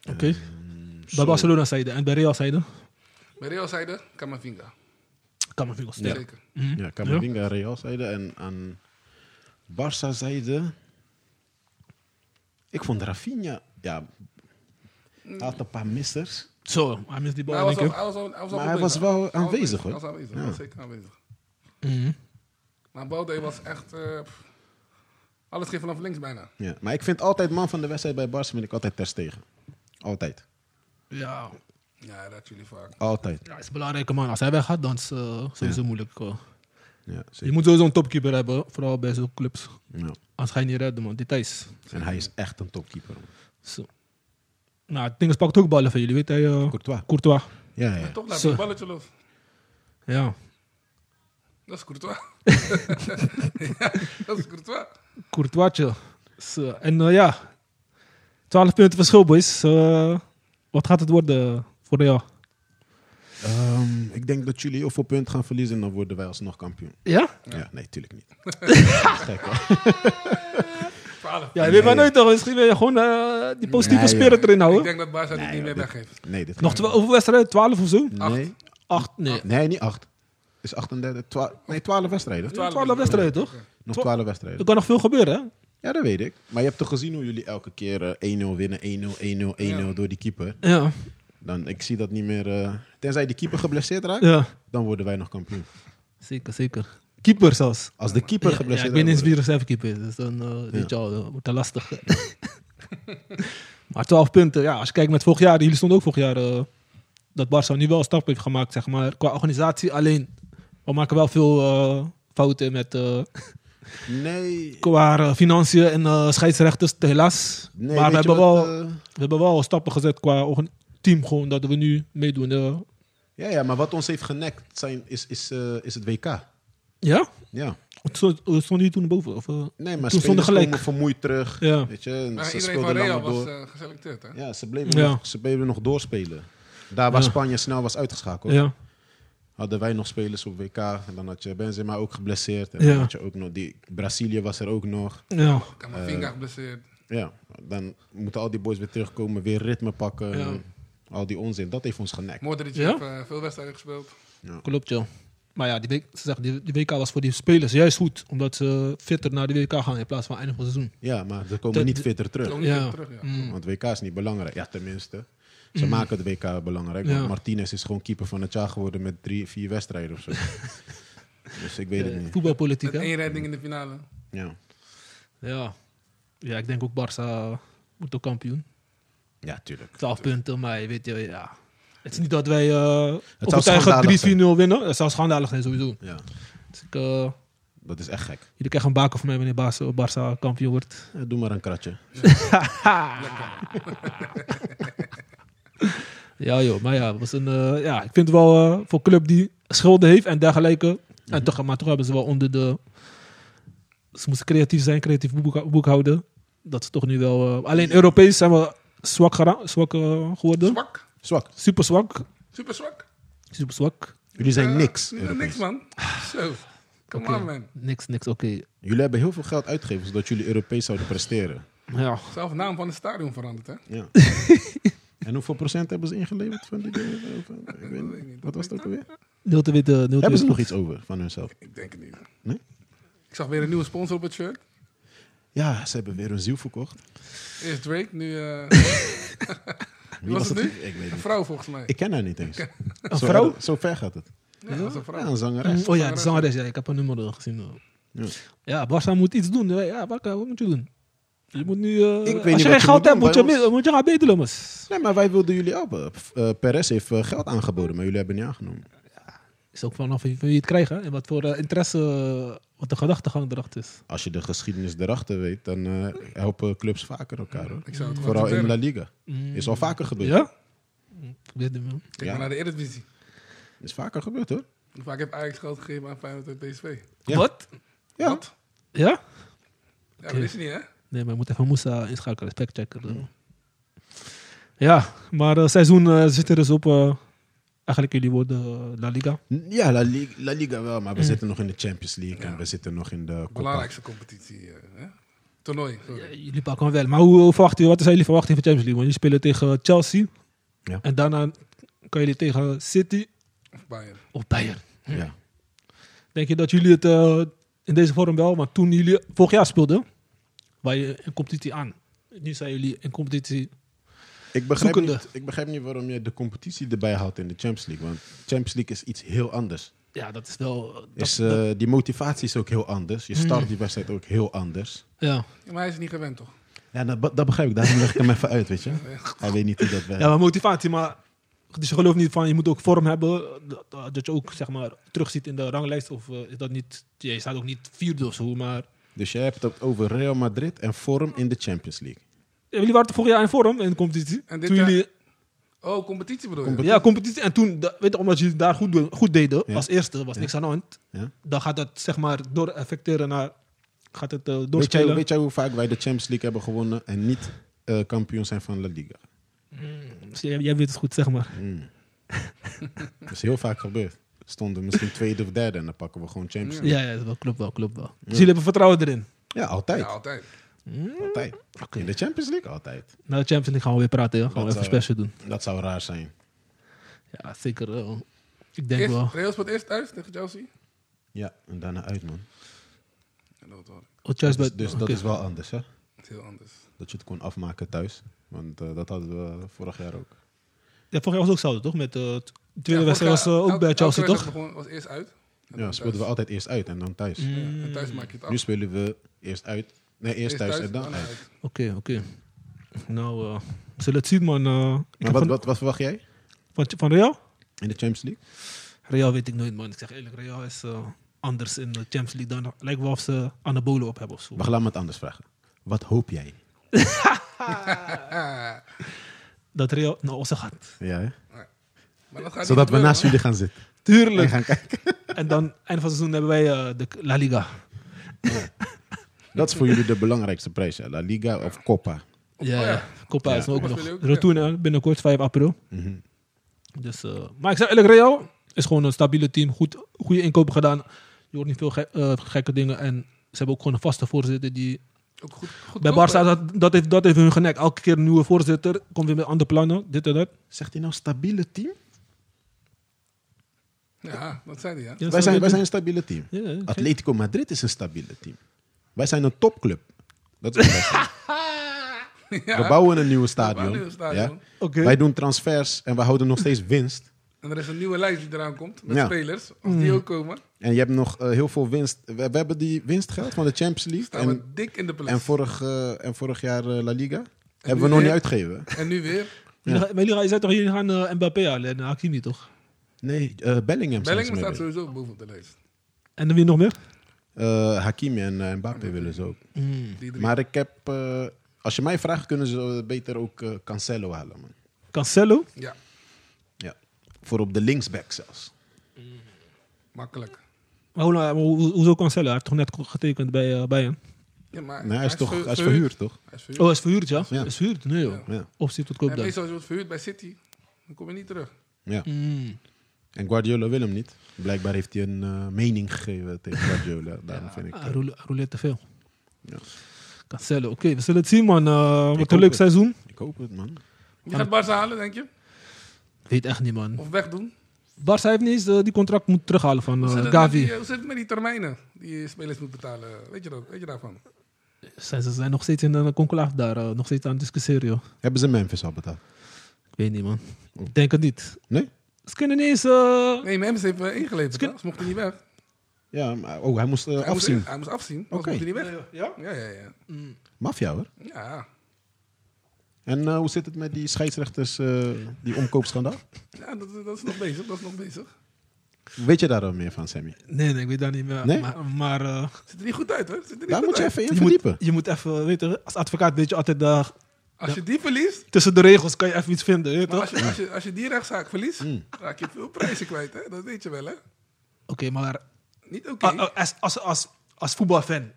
Speaker 4: Ehm,
Speaker 2: Bij Barcelona zijde en bij Real zijde?
Speaker 3: Bij Real zijde, Camavinga.
Speaker 2: Camavinga sterk. Mhm.
Speaker 3: Zeker.
Speaker 4: Ja, Camavinga Real zijde en aan Barça zijde. Ik vond Rafinha, ja, hij had een paar missers.
Speaker 2: Zo, hij mist die
Speaker 3: Maar
Speaker 2: bal
Speaker 3: hij
Speaker 2: in
Speaker 3: was,
Speaker 2: één keer.
Speaker 3: wel- hij was, wel- hij was wel
Speaker 4: Maar hij
Speaker 3: goed
Speaker 4: was
Speaker 3: bezig.
Speaker 4: wel
Speaker 3: Hij was
Speaker 4: aanwezig,
Speaker 3: bezig,
Speaker 4: hoor.
Speaker 3: Hij was aanwezig,
Speaker 4: Ja.
Speaker 3: hij was zeker aanwezig.
Speaker 2: Mhm.
Speaker 3: Maar Balde was echt... eh, pff, alles ging vanaf links bijna.
Speaker 4: Ja, maar ik vind altijd man van de wedstrijd bij Barça, vind ik altijd ter stegen. Altijd.
Speaker 2: Ja.
Speaker 3: Ja, dat jullie vaak.
Speaker 4: Altijd.
Speaker 2: ja, is belangrijk, man. Als hij weggaat, dan is eh, sowieso moeilijk. eh.
Speaker 4: Ja,
Speaker 2: Je
Speaker 4: zeker.
Speaker 2: moet sowieso een topkeeper hebben, vooral bij zo'n clubs.
Speaker 4: Ja.
Speaker 2: Anders ga je niet redden, man. Details.
Speaker 4: En hij is echt een topkeeper. man.
Speaker 2: Zo. Nou, het ding is pakt ook ballen van jullie, weet hij? eh,
Speaker 4: Courtois.
Speaker 2: Courtois.
Speaker 4: Ja, ja.
Speaker 3: Toch laat
Speaker 2: Zo.
Speaker 3: hij een balletje los.
Speaker 2: Ja.
Speaker 3: Dat is Courtois. ja, dat is Courtois.
Speaker 2: Courtoisje. Zo. En eh, ja, 12 punten verschil, boys. Eh, wat gaat het worden voor jou?
Speaker 4: Ehm, ik denk dat jullie heel veel punten gaan verliezen en dan worden wij alsnog kampioen.
Speaker 2: Ja?
Speaker 4: Ja, nee, tuurlijk niet.
Speaker 3: Twaalf.
Speaker 2: Ja, je weet maar nooit toch. Misschien wil je gewoon eh, die positieve
Speaker 4: Nee,
Speaker 2: spirit erin
Speaker 3: Ik
Speaker 2: houden.
Speaker 3: denk dat Barca dit
Speaker 4: Nee,
Speaker 3: niet meer
Speaker 4: joh, dit-
Speaker 3: weggeeft.
Speaker 4: Nee, dit
Speaker 2: Nog oh,
Speaker 4: gaat-
Speaker 2: twa- hoeveel wedstrijden? 12 of zo?
Speaker 4: Nee,
Speaker 2: 8? Nee.
Speaker 4: nee, niet acht. Het is 38, twa- nee, 12 wedstrijden.
Speaker 2: 12 wedstrijden, toch?
Speaker 4: Nog
Speaker 2: Twa-
Speaker 4: 12
Speaker 2: Er
Speaker 4: wedstrijden.
Speaker 2: kan nog veel gebeuren, hè?
Speaker 4: Ja, dat weet ik. Maar je hebt toch gezien hoe jullie elke keer eh, 1-0 winnen, 1-0, 1-0, 1-0
Speaker 3: Ja.
Speaker 4: door die keeper.
Speaker 2: Ja.
Speaker 4: Dan, ik zie dat niet meer. eh, tenzij die keeper geblesseerd raakt,
Speaker 2: Ja.
Speaker 4: dan worden wij nog kampioen.
Speaker 2: Zeker, zeker. Keeper zelfs.
Speaker 4: Als de keeper
Speaker 2: Ja, ja, ik
Speaker 4: geblesseerd
Speaker 2: ben eens
Speaker 4: raakt. worden-
Speaker 2: weer reservekeeper, dus dan eh, weet je al, dat wordt dat lastig. maar 12 punten, ja, als je kijkt met vorig jaar, jullie stonden ook vorig jaar eh, dat Barça nu wel een stap heeft gemaakt, zeg maar, qua organisatie alleen. We maken wel veel eh, fouten met, eh,
Speaker 4: Nee.
Speaker 2: qua eh, financiën en eh, scheidsrechters, helaas.
Speaker 4: nee
Speaker 2: maar we
Speaker 4: weet je
Speaker 2: hebben,
Speaker 4: wat,
Speaker 2: wel,
Speaker 4: eh,
Speaker 2: we hebben wel stappen gezet qua orga- team, gewoon dat we nu meedoen. eh.
Speaker 4: ja, ja, maar wat ons heeft genekt zijn, is, is, eh, is het WK.
Speaker 2: ja?
Speaker 4: Ja.
Speaker 2: Stond- eh, Stonden jullie toen boven? Of, eh?
Speaker 4: Nee, maar
Speaker 2: Toen
Speaker 4: stonden
Speaker 2: stonden gelijk.
Speaker 4: gelijk. vermoeid terug.
Speaker 2: Ja.
Speaker 4: Weet je, en
Speaker 3: Maar
Speaker 4: ze
Speaker 3: iedereen van
Speaker 4: speelden
Speaker 3: Real
Speaker 4: langer
Speaker 3: was
Speaker 4: door.
Speaker 3: eh, geselecteerd, hè?
Speaker 4: Ja, ze bleven,
Speaker 2: Ja.
Speaker 4: Nog, ze bleven nog doorspelen. Daar waar
Speaker 2: Ja.
Speaker 4: Spanje snel was uitgeschakeld,
Speaker 2: ja.
Speaker 4: hadden wij nog spelers op WK. En dan had je Benzema ook geblesseerd. En
Speaker 2: Ja.
Speaker 4: dan had je ook nog die, Brazilië was er ook nog.
Speaker 2: Ja.
Speaker 4: Eh.
Speaker 3: Kamavinga geblesseerd.
Speaker 4: Ja, dan moeten al die boys weer terugkomen, weer ritme pakken.
Speaker 2: Ja.
Speaker 4: Al die onzin, dat heeft ons genekt.
Speaker 3: Modric
Speaker 2: Ja?
Speaker 3: heeft eh, veel wedstrijden gespeeld.
Speaker 2: Klopt, joh. Maar ja, die, week- ze zeggen, die, die WK was voor die spelers juist goed. Omdat ze fitter naar de WK gaan in plaats van einde van het seizoen.
Speaker 4: Ja, maar ze komen
Speaker 2: Dat-
Speaker 4: niet fitter terug.
Speaker 3: Ook niet
Speaker 2: Ja.
Speaker 3: veel terug, ja.
Speaker 2: Mm.
Speaker 4: Want WK is niet belangrijk. Ja, tenminste. Ze maken het WK belangrijk.
Speaker 2: Ja.
Speaker 4: Want Martinez is gewoon keeper van het jaar geworden met drie, vier wedstrijden of zo. dus
Speaker 2: Eh,
Speaker 4: ik weet het niet.
Speaker 2: Voetbalpolitiek,
Speaker 3: Met
Speaker 2: hè?
Speaker 3: één redding in de finale.
Speaker 4: Ja,
Speaker 2: Ja. ja, ik denk ook Barça moet ook kampioen.
Speaker 4: ja tuurlijk.
Speaker 2: 12 punten, maar je weet je, ja. Het is niet dat wij eh
Speaker 4: schandalig zijn.
Speaker 2: overtuigend 3-4-0 winnen. Het zou schandalig zijn, sowieso.
Speaker 4: Ja,
Speaker 2: Dus ik, eh,
Speaker 4: dat is echt gek.
Speaker 2: jullie krijgen een baken van mij wanneer Barça, Barça kampioen wordt.
Speaker 4: Ja, Eh, doe maar een kratje.
Speaker 2: Ja, joh. Maar ja, het was een, eh, ja ik vind het wel eh, voor een club die schulden heeft en dergelijke.
Speaker 4: Mhm.
Speaker 2: en toch, maar toch hebben ze wel onder de... Ze moesten creatief zijn, creatief boekha- boekhouden. Dat ze toch nu wel... eh, alleen Europees zijn we zwak, gera- zwak eh, geworden.
Speaker 3: Zwak.
Speaker 4: Zwak.
Speaker 2: Super zwak.
Speaker 3: Super zwak.
Speaker 2: Super zwak.
Speaker 4: Jullie zijn
Speaker 3: Eh,
Speaker 4: niks.
Speaker 3: n-
Speaker 4: Europees.
Speaker 3: Niks, man. Zo. Come
Speaker 2: Oké.
Speaker 3: on, man.
Speaker 2: Niks, niks. Oké.
Speaker 4: Jullie hebben heel veel geld uitgegeven zodat jullie Europees zouden presteren.
Speaker 2: Ja.
Speaker 3: Zelf naam van het stadion veranderd, hè?
Speaker 4: Ja. en hoeveel procent hebben ze ingeleverd van die dingen? Of, eh, Ik weet
Speaker 3: weet ik
Speaker 4: niet.
Speaker 3: niet.
Speaker 4: Wat was dat alweer?
Speaker 2: Nul te weten. Nul te
Speaker 4: Hebben ze
Speaker 2: weten.
Speaker 4: nog iets over van hunzelf?
Speaker 3: Ik denk het niet.
Speaker 4: Nee?
Speaker 3: Ik zag weer een nieuwe sponsor op het shirt.
Speaker 4: Ja, ze hebben weer een ziel verkocht.
Speaker 3: Eerst Drake, nu eh,
Speaker 4: Wie
Speaker 3: was het nu?
Speaker 4: Ik weet
Speaker 3: een
Speaker 4: niet.
Speaker 3: vrouw volgens mij.
Speaker 4: Ik ken haar niet eens.
Speaker 2: Een
Speaker 4: Zo-
Speaker 2: vrouw?
Speaker 4: Zo ver gaat het.
Speaker 3: Ja, dat is een
Speaker 4: Ja,
Speaker 3: vrouw.
Speaker 4: een zangeres.
Speaker 2: Oh ja, de zangeres. Ja, ik heb haar nummer al gezien.
Speaker 4: Ja.
Speaker 2: Ja, Barca moet iets doen. Ja, Barca, wat moet je doen? Je moet nu... eh,
Speaker 4: weet niet
Speaker 2: als
Speaker 4: wat
Speaker 2: je
Speaker 4: je
Speaker 2: geen
Speaker 4: moet
Speaker 2: geld hebt,
Speaker 4: doen,
Speaker 2: moet je,
Speaker 4: bij ons.
Speaker 2: me- moet je gaan bedelen, mas.
Speaker 4: Nee, maar wij wilden jullie helpen. Eh, Perez heeft eh, geld aangeboden, maar jullie hebben niet aangenomen.
Speaker 2: Is ook vanaf wie, van wie het krijgt, hè? En wat voor eh, interesse... eh, wat de gedachtegang erachter is.
Speaker 4: Als je de geschiedenis erachter weet, dan eh, helpen clubs vaker elkaar. Hoor.
Speaker 3: Ik zou het gewoon Mm.
Speaker 4: Vooral in La
Speaker 3: proberen.
Speaker 4: Liga. Is al vaker gebeurd.
Speaker 2: Ja? Ik weet het, man.
Speaker 3: Kijk maar
Speaker 4: Ja.
Speaker 3: naar de Eredivisie.
Speaker 4: Is vaker gebeurd hoor.
Speaker 3: Hoe vaak heb Ajax geld gegeven aan Feyenoord en PSV?
Speaker 4: Ja.
Speaker 2: Wat?
Speaker 4: Ja.
Speaker 3: Wat?
Speaker 2: Ja?
Speaker 3: Ja, dat is je niet, hè?
Speaker 2: Nee, maar je moet even Moussa inschakelen. Fact checken. dus.
Speaker 4: Mm.
Speaker 2: Ja, maar het seizoen eh, zit er dus op... eh, eigenlijk jullie worden eh, La Liga.
Speaker 4: Ja, La Liga, La Liga wel, maar we zitten nog in de Champions League en we zitten nog in de Copa.
Speaker 3: Belangrijkste competitie. eh, hè? Toernooi. sorry.
Speaker 2: Ja, Jullie pakken hem wel. Maar hoe, hoe verwacht je, wat zijn jullie verwachting van Champions League? Want jullie spelen tegen Chelsea.
Speaker 4: Ja.
Speaker 2: En daarna kan jullie tegen City
Speaker 3: Of Bayern.
Speaker 2: of Bayern.
Speaker 4: Ja.
Speaker 2: Denk je dat jullie het eh, in deze vorm wel, maar toen jullie vorig jaar speelden, waren je in competitie aan. Nu zijn jullie in competitie.
Speaker 4: Ik begrijp,
Speaker 2: Zoekende.
Speaker 4: niet, ik begrijp niet waarom je de competitie erbij haalt in de Champions League. Want Champions League is iets heel anders.
Speaker 2: Ja, dat is wel. eh, Dat,
Speaker 4: Is, eh, die motivatie is ook heel anders. Je start die wedstrijd ook heel anders.
Speaker 2: ja.
Speaker 3: Ja, maar hij is niet gewend, toch?
Speaker 4: Ja, dat, be- dat begrijp ik. Daarom leg ik hem even uit, weet je. Hij weet niet hoe dat werkt.
Speaker 2: ja, maar motivatie, maar. Dus je gelooft niet van je moet ook vorm hebben. Dat, dat je ook zeg maar terugziet in de ranglijst. Of eh, is dat niet. ja, je staat ook niet vierde of zo, maar.
Speaker 4: Dus jij hebt het over Real Madrid en vorm in de Champions League.
Speaker 2: Ja, jullie waren toch vorig jaar in vorm in de competitie.
Speaker 3: En dit
Speaker 2: toen
Speaker 3: jaar-
Speaker 2: jullie
Speaker 3: Oh, competitie bedoel je?
Speaker 2: Ja, competitie. En toen, da- weet je, omdat jullie daar goed, doen- goed deden,
Speaker 4: Ja.
Speaker 2: als eerste, was niks aan de hand.
Speaker 4: Ja?
Speaker 2: Dan gaat dat zeg maar door affecteren naar, gaat het eh,
Speaker 4: Weet, jij,
Speaker 2: doorspelen.
Speaker 4: weet jij hoe vaak wij de Champions League hebben gewonnen en niet eh, kampioen zijn van La Liga?
Speaker 2: Dus jij, jij weet het goed, zeg maar.
Speaker 4: Dat is heel vaak gebeurd. Stonden we misschien tweede of derde en dan pakken we gewoon Champions League.
Speaker 2: Ja, ja dat wel- klopt wel, klopt wel. Dus jullie hebben vertrouwen erin.
Speaker 4: Ja, altijd.
Speaker 3: Ja, altijd.
Speaker 4: altijd. In de Champions League altijd.
Speaker 2: Na de Champions League gaan we weer praten, ja. gaan we
Speaker 4: Dat
Speaker 2: even
Speaker 4: zou-
Speaker 2: special doen.
Speaker 4: Dat zou raar zijn.
Speaker 2: Ja, zeker. eh, ik denk wel.
Speaker 3: Eerst, Real speelt eerst thuis tegen Chelsea.
Speaker 4: Ja, en daarna uit, man.
Speaker 3: En dat wordt
Speaker 2: Oh, Chelsea
Speaker 4: Dus,
Speaker 2: bij-
Speaker 4: dus dat
Speaker 2: oké.
Speaker 4: is wel anders, hè?
Speaker 3: het heel anders.
Speaker 4: Dat je het kon afmaken thuis. Want eh, dat hadden we vorig jaar ook.
Speaker 2: Ja, vorig jaar was ook zo, toch? Met, eh, t- de tweede
Speaker 3: Ja,
Speaker 2: wedstrijd was
Speaker 3: vorig
Speaker 2: eh,
Speaker 3: jaar,
Speaker 2: ook
Speaker 3: elke-
Speaker 2: bij
Speaker 3: elke
Speaker 2: Chelsea, toch?
Speaker 3: wedstrijd begon- was eerst uit. En
Speaker 4: Ja,
Speaker 3: dan
Speaker 4: speelden we
Speaker 3: thuis.
Speaker 4: altijd eerst uit en dan thuis.
Speaker 3: Ja, en thuis maak je het af.
Speaker 4: Nu spelen we eerst uit. Nee, eerst, thuis, en dan uit.
Speaker 3: uit.
Speaker 2: Oké, oké. Nou, eh, we zullen het zien, man. Eh, ik
Speaker 4: Maar
Speaker 2: heb
Speaker 4: wat,
Speaker 2: van,
Speaker 4: wat, wat verwacht jij
Speaker 2: van, van Real?
Speaker 4: in de Champions League?
Speaker 2: Real weet ik nooit, man. Ik zeg eerlijk, Real is eh, anders in de Champions League dan. Lijkt wel of ze anabolen op hebben of zo.
Speaker 4: Wacht, laat me het anders vragen. Wat hoop jij?
Speaker 2: Dat Real nou, naar Ossen gaat.
Speaker 4: Ja, hè?
Speaker 3: Maar dat gaat
Speaker 4: Zodat
Speaker 3: niet
Speaker 4: we
Speaker 3: gebeuren,
Speaker 4: naast
Speaker 3: hoor.
Speaker 4: jullie gaan zitten.
Speaker 2: Tuurlijk.
Speaker 4: En gaan kijken.
Speaker 2: En dan, eind van het seizoen, hebben wij eh, de La Liga.
Speaker 4: Dat is voor jullie de belangrijkste prijs, hè? La Liga of Copa.
Speaker 2: Ja,
Speaker 3: oh ja.
Speaker 2: ja. Copa
Speaker 4: Ja.
Speaker 2: is ook
Speaker 3: Copa
Speaker 2: nog.
Speaker 3: speel je ook,
Speaker 2: Retour hè, binnenkort, 5 april.
Speaker 4: Mhm.
Speaker 2: Dus, eh, maar ik zeg eerlijk, Real is gewoon een stabiele team. Goed, goede inkopen gedaan. Je hoort niet veel ge- eh, gekke dingen. En ze hebben ook gewoon een vaste voorzitter. Die,
Speaker 3: Ook goed, goed
Speaker 2: bij
Speaker 3: kopen,
Speaker 2: Barca, dat, dat, heeft, dat heeft hun genekt. Elke keer een nieuwe voorzitter. Komt weer met andere plannen. Dit en dat.
Speaker 4: Zegt hij nou stabiele team?
Speaker 3: hè? Ja, dat zei hij, ja.
Speaker 2: Ja,
Speaker 4: Wij
Speaker 2: zo-
Speaker 4: zijn, wij zijn een stabiele team.
Speaker 2: Ja, ja, oké.
Speaker 4: Atletico Madrid is een stabiele team. Wij zijn een topclub. Dat is wat wij zijn. We bouwen een nieuwe stadion.
Speaker 3: bouwen een nieuw stadion.
Speaker 4: Ja.
Speaker 2: Oké.
Speaker 4: Wij doen transfers en we houden nog steeds winst.
Speaker 3: En er is een nieuwe lijst die eraan komt, met
Speaker 4: Ja.
Speaker 3: spelers. Als
Speaker 2: Mm.
Speaker 3: die ook komen,
Speaker 4: En je hebt nog eh, heel veel winst. We, we hebben die winstgeld van de Champions League
Speaker 3: staan
Speaker 4: en,
Speaker 3: we dik in de plus.
Speaker 4: en, vorig, eh, en vorig jaar eh, La Liga.
Speaker 3: nu
Speaker 4: hebben we nog
Speaker 3: weer?
Speaker 4: niet uitgegeven.
Speaker 3: En nu weer.
Speaker 2: Jullie gaan- Maar jullie, gaan- je zei toch, jullie gaan eh, Mbappé halen en Hakimi toch?
Speaker 4: Nee, eh, Bellingham zijn ze
Speaker 3: Bellingham
Speaker 4: mee
Speaker 3: staat
Speaker 4: bezig.
Speaker 3: sowieso boven op de lijst.
Speaker 2: En dan wie nog meer?
Speaker 4: Eh, Hakimi en eh, Mbappé willen ze ook.
Speaker 3: Die drie.
Speaker 4: Maar ik heb... eh, als je mij vraagt, kunnen ze eh, beter ook eh, Cancelo halen. Man.
Speaker 2: Cancelo.
Speaker 3: Ja,
Speaker 4: Ja. Voor op de linksback zelfs.
Speaker 3: makkelijk.
Speaker 2: Maar hoe, lang- hoe- hoe- hoezo Cancelo? Hij heeft toch net getekend bij eh, Bayern?
Speaker 3: Ja, maar
Speaker 4: Nee, hij is toch
Speaker 3: ver-
Speaker 4: hij is verhuurd, toch?
Speaker 3: Hij is verhuurd.
Speaker 2: Oh, hij is verhuurd, ja?
Speaker 4: Ja.
Speaker 2: Hij is verhuurd, nee joh.
Speaker 4: Ja.
Speaker 2: Optie tot
Speaker 3: en
Speaker 2: koopdag.
Speaker 3: meestal als je wordt verhuurd bij City, dan kom je niet terug.
Speaker 4: Ja. Hmm.
Speaker 2: Mm.
Speaker 4: En Guardiola wil hem niet. Blijkbaar heeft hij een eh, mening gegeven tegen Guardiola. Daarom vind ik.
Speaker 2: Ah, roule- roulette te veel.
Speaker 4: Ja.
Speaker 2: Cancelo, oké, we zullen het zien man. Eh,
Speaker 4: Ik
Speaker 2: wat een
Speaker 4: hoop
Speaker 2: leuk
Speaker 4: het.
Speaker 2: seizoen.
Speaker 4: Ik hoop het, man.
Speaker 3: Je gaat Barca halen, denk je?
Speaker 2: Weet echt niet man.
Speaker 3: Of wegdoen?
Speaker 2: Barça heeft niet eens eh, die contract moeten terughalen van eh,
Speaker 3: Hoe zit het met die-
Speaker 2: Gavi.
Speaker 3: Hoe zit het met die termijnen die spelers moeten betalen? Weet je, dat, weet je daarvan? eh,
Speaker 2: Ze ze zijn nog steeds in een conclave daar, eh, nog steeds aan het discussiëren joh.
Speaker 4: Hebben ze Memphis al betaald?
Speaker 2: Ik weet niet man.
Speaker 4: Oh.
Speaker 2: Ik denk het niet.
Speaker 4: Nee?
Speaker 2: Ze kunnen niet eens... eh,
Speaker 3: Nee, Mems heeft eh, ingeleverd. hè? Ze mochten niet weg.
Speaker 4: Ja, maar oh, hij moest eh,
Speaker 3: Hij
Speaker 4: afzien.
Speaker 3: Moest, hij moest afzien. Oké.
Speaker 4: Oké.
Speaker 3: Mocht hij niet weg. Ja? Ja, ja, ja.
Speaker 4: Mafia, hoor.
Speaker 3: Ja,
Speaker 4: En eh, hoe zit het met die scheidsrechters, eh, die omkoopschandaal?
Speaker 3: Ja, dat, dat is nog bezig. Dat is nog bezig.
Speaker 4: Weet je daar al meer van, Sammy?
Speaker 2: Nee, nee, ik weet dat niet meer.
Speaker 4: Nee?
Speaker 2: Maar, maar eh,
Speaker 3: Ziet er niet goed uit, hoor. Ziet er niet
Speaker 4: Daar
Speaker 3: goed
Speaker 4: moet je
Speaker 3: uit.
Speaker 4: even in
Speaker 2: je, moet,
Speaker 4: verdiepen.
Speaker 2: je moet even, weet je, als advocaat weet je altijd, eh,
Speaker 3: Als je die verliest,
Speaker 2: tussen de regels kan je even iets vinden, weet je
Speaker 3: maar
Speaker 2: toch?
Speaker 3: als je, als, je, als je die rechtszaak verliest,
Speaker 4: Hmm.
Speaker 3: raak je veel prijzen kwijt, hè? Dat weet je wel, hè?
Speaker 2: Oké, maar
Speaker 3: Niet oké.
Speaker 4: oh.
Speaker 2: ah, ah, als, als, als, als voetbalfan,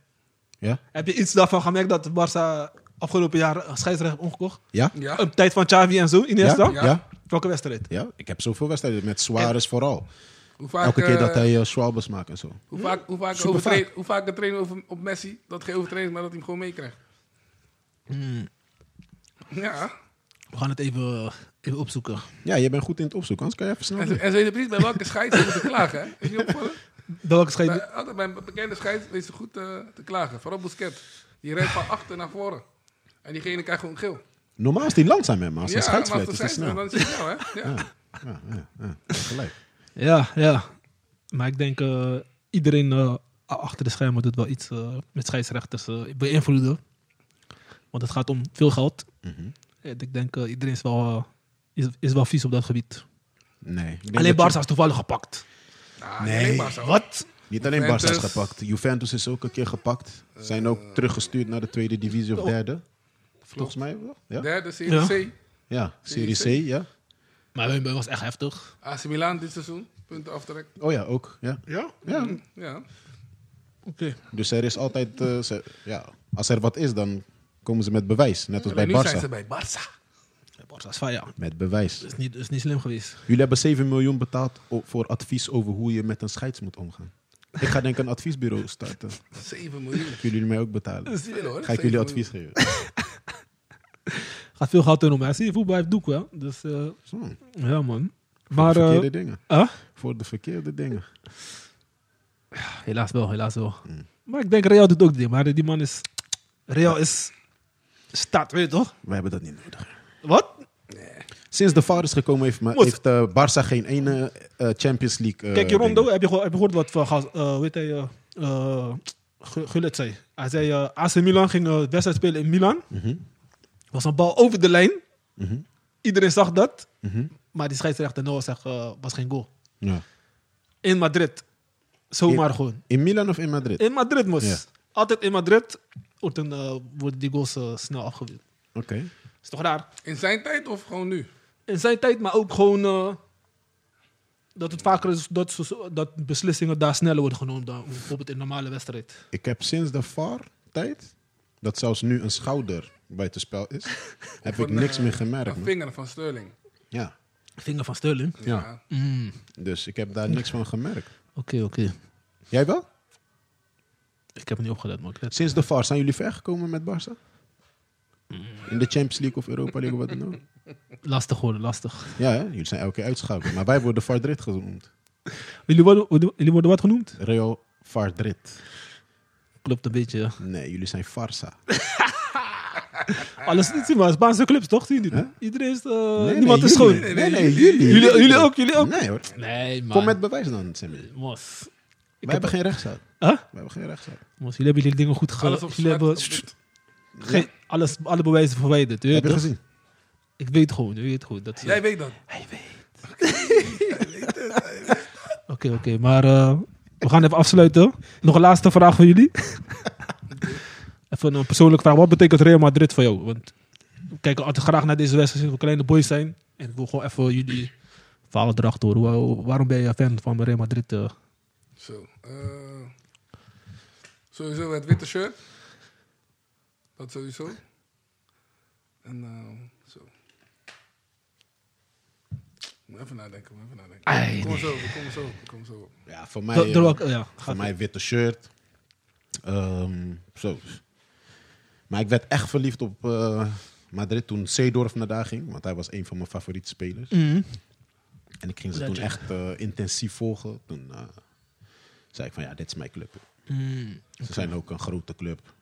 Speaker 4: Ja?
Speaker 2: heb je iets daarvan gemerkt dat Barça afgelopen jaar een scheidsrechter heeft omgekocht?
Speaker 4: Ja?
Speaker 3: Ja.
Speaker 2: Op tijd van Xavi en zo, in eerste
Speaker 4: Ja?
Speaker 2: dan?
Speaker 4: Ja? ja?
Speaker 2: Welke wedstrijd?
Speaker 4: Ik heb zoveel wedstrijden met Suarez vooral.
Speaker 3: Hoe vaak,
Speaker 4: Elke keer
Speaker 3: eh,
Speaker 4: dat hij eh, Schwalbes maakt en zo.
Speaker 3: Hoe vaak, hoe vaak,
Speaker 4: Supervaak.
Speaker 3: overtreding, hoe vaak een trainer over, op Messi dat geen overtreding, maar dat hij hem gewoon meekrijgt. Ja.
Speaker 2: We gaan het even, even opzoeken.
Speaker 4: Ja, je bent goed in het opzoeken, anders kan je even snel
Speaker 3: En ze,
Speaker 4: doen.
Speaker 3: en ze weten precies bij welke scheid ze moeten klagen. Hè? Is je niet opgevallen?
Speaker 2: Welke scheidsrechter?
Speaker 3: Bij, altijd bij een bekende scheid weten ze goed eh, te klagen. Vooral Busquets. Die rijdt van achter naar voren. En diegene krijgt gewoon geel.
Speaker 4: Normaal is die langzaam, hè, maar als
Speaker 3: Ja,
Speaker 4: hij
Speaker 3: maar als
Speaker 4: scheidsrechter
Speaker 3: de
Speaker 4: is, is hij
Speaker 3: scheidsrechter,
Speaker 4: snel.
Speaker 3: dan is het snel, hè? Ja.
Speaker 4: Ja, ja, ja, gelijk.
Speaker 2: Ja, ja. Maar ik denk, eh, iedereen eh, achter de schermen doet wel iets eh, met scheidsrechters eh, beïnvloeden. Want het gaat om veel geld.
Speaker 4: Mhm.
Speaker 2: En Ik denk, eh, iedereen is wel, eh, is, is wel vies op dat gebied.
Speaker 4: Nee. ik denk
Speaker 2: Alleen
Speaker 4: dat je-
Speaker 2: Barça is toevallig gepakt.
Speaker 3: Ah,
Speaker 4: Nee.
Speaker 3: alleen Barca, hoor.
Speaker 2: Wat?
Speaker 4: Niet alleen Barça
Speaker 3: Juventus. Eh,
Speaker 4: is gepakt. Juventus is ook een keer gepakt. Zijn ook teruggestuurd naar de tweede divisie of
Speaker 2: Oh.
Speaker 4: derde. Volgens mij wel. Ja,
Speaker 3: Derde, CDC.
Speaker 4: ja. Serie C,
Speaker 3: Serie
Speaker 4: ja.
Speaker 2: Maar Wimber was echt heftig.
Speaker 3: AC Milan dit seizoen. Punten aftrek.
Speaker 4: Oh ja, ook. Ja. Ja?
Speaker 2: Mm.
Speaker 3: Ja.
Speaker 2: Oké.
Speaker 4: Dus er is altijd... eh, ze- ja. Als er wat is, dan komen ze met bewijs. Net als bij
Speaker 3: Alleen nu zijn ze
Speaker 4: Barça.
Speaker 3: bij Barça.
Speaker 2: Barça is fijn, ja.
Speaker 4: Met bewijs.
Speaker 2: Is niet, is niet slim geweest.
Speaker 4: Jullie hebben 7 miljoen betaald o- voor advies over hoe je met een scheids moet omgaan. Ik ga denk ik een adviesbureau starten.
Speaker 3: 7 miljoen.
Speaker 4: Kunnen jullie mij ook betalen?
Speaker 3: Veel, hoor.
Speaker 4: Ga ik jullie
Speaker 3: 7 miljoen.
Speaker 4: advies geven?
Speaker 2: Gaat veel geld in om. hè. Zie je, voetbal heeft doek, hè. Dus, eh,
Speaker 4: Zo, voor
Speaker 2: ja, man.
Speaker 4: de
Speaker 2: Maar, eh,
Speaker 4: verkeerde dingen.
Speaker 2: huh?
Speaker 4: Voor de verkeerde dingen.
Speaker 2: helaas wel, helaas wel.
Speaker 4: Mm.
Speaker 2: Maar ik denk, Real doet ook die. Maar die man is... Real is... Staat, weet je toch?
Speaker 4: Wij hebben dat niet nodig.
Speaker 2: Wat?
Speaker 4: Sinds de VAR is gekomen heeft, ma-
Speaker 2: Moet-
Speaker 4: heeft eh, Barça geen ene eh, Champions League. eh,
Speaker 2: Kijk, je Rondo,
Speaker 4: ding.
Speaker 2: heb je, geho- heb je gehoord wat van Gas- eh, weet hij, eh, eh, Gu- Gullit zei? Hij zei, eh, AC Milan ging eh, wedstrijd spelen in Milan.
Speaker 4: Mm. Mhm,
Speaker 2: was een bal over de lijn. Iedereen zag dat. Maar die scheidsrechter Noah zegt, eh, was geen goal.
Speaker 4: mhm. Ja.
Speaker 2: In Madrid. Zomaar
Speaker 4: In-
Speaker 2: gewoon.
Speaker 4: In Milan of in Madrid?
Speaker 2: In Madrid moest.
Speaker 4: Ja.
Speaker 2: Altijd in Madrid wordt een, eh, worden die goals eh, snel afgewezen.
Speaker 4: Oké.
Speaker 2: Is toch raar?
Speaker 3: In zijn tijd of gewoon nu?
Speaker 2: In zijn tijd, maar ook gewoon... eh, Dat het vaker is dat, ze- ze- dat beslissingen daar sneller worden genomen dan bijvoorbeeld in een normale wedstrijd.
Speaker 4: Ik heb sinds de VAR-tijd, dat zelfs nu een schouder buitenspel is, heb ik
Speaker 3: Van,
Speaker 4: niks
Speaker 3: eh,
Speaker 4: meer gemerkt.
Speaker 3: Een
Speaker 4: man.
Speaker 3: vinger van Sterling.
Speaker 4: Ja,
Speaker 2: Vinger van Sterling.
Speaker 4: Ja.
Speaker 2: Mm,
Speaker 4: dus ik heb daar niks van gemerkt.
Speaker 2: Oké, oké.
Speaker 4: Jij wel?
Speaker 2: Ik heb het niet opgelet, maar ik let-
Speaker 4: Sinds de VAR zijn jullie ver gekomen met Barça?
Speaker 2: Mm.
Speaker 4: In de Champions League of Europa League of wat dan ook?
Speaker 2: lastig worden, lastig.
Speaker 4: Ja, hè? jullie zijn elke keer uitschakeld. Maar wij worden Vardrit genoemd.
Speaker 2: Jullie worden, jullie worden wat genoemd?
Speaker 4: Real Vardrit.
Speaker 2: Klopt een beetje. ja.
Speaker 4: Nee, jullie zijn
Speaker 2: Eh,
Speaker 4: Farsa.
Speaker 2: Ah. Alles niet, maar Spaanse clubs toch? Zien jullie? Iedereen is. eh, niemand is
Speaker 4: jullie.
Speaker 2: schoon.
Speaker 4: Nee, nee, jullie.
Speaker 2: Jullie- jullie ook, jullie ook.
Speaker 4: Nee hoor.
Speaker 2: Nee, man.
Speaker 4: Kom met bewijs dan, Sammy.
Speaker 2: Mos.
Speaker 4: Wij hebben geen rechtszaak.
Speaker 2: Huh?
Speaker 4: Wij hebben geen rechtszaak.
Speaker 2: Mos, jullie hebben jullie dingen goed
Speaker 3: Alles op
Speaker 2: gedaan. Jullie
Speaker 3: zwart,
Speaker 2: hebben
Speaker 3: op wit.
Speaker 2: geen, alles, alle bewijzen verwijderd. je
Speaker 4: Heb je
Speaker 2: weet toch?
Speaker 4: gezien?
Speaker 2: Ik weet gewoon, je weet goed. Dat ze-
Speaker 3: Jij weet dat.
Speaker 2: Hij weet. Oké, oké, maar eh, we gaan even afsluiten. Nog een laatste vraag voor jullie. even een persoonlijke vraag. Wat betekent Real Madrid voor jou? Want we kijken altijd graag naar deze wedstrijd, sinds we kleine boys zijn. En ik wil gewoon even jullie verhaal erachter horen. Wa- Waarom ben je fan van Real Madrid? eh?
Speaker 3: Zo. eh, sowieso het witte shirt. Dat sowieso. En eh, zo. Moet even nadenken, moet even nadenken.
Speaker 2: Ai,
Speaker 3: kom zo, we komen zo, we komen zo. op.
Speaker 4: Ja, voor mij,
Speaker 2: Door- door
Speaker 4: eh,
Speaker 2: welke- ja, gaat-
Speaker 4: voor mij witte shirt. Ehm, zo. Maar ik werd echt verliefd op eh, Madrid toen Seedorf naar daar ging. Want hij was een van mijn favoriete spelers.
Speaker 2: Mhm.
Speaker 4: En ik ging ze toen
Speaker 2: Legend.
Speaker 4: echt eh, intensief volgen. Toen eh, zei ik van ja, dit is mijn club.
Speaker 2: Mm.
Speaker 4: Ze zijn ook een grote club.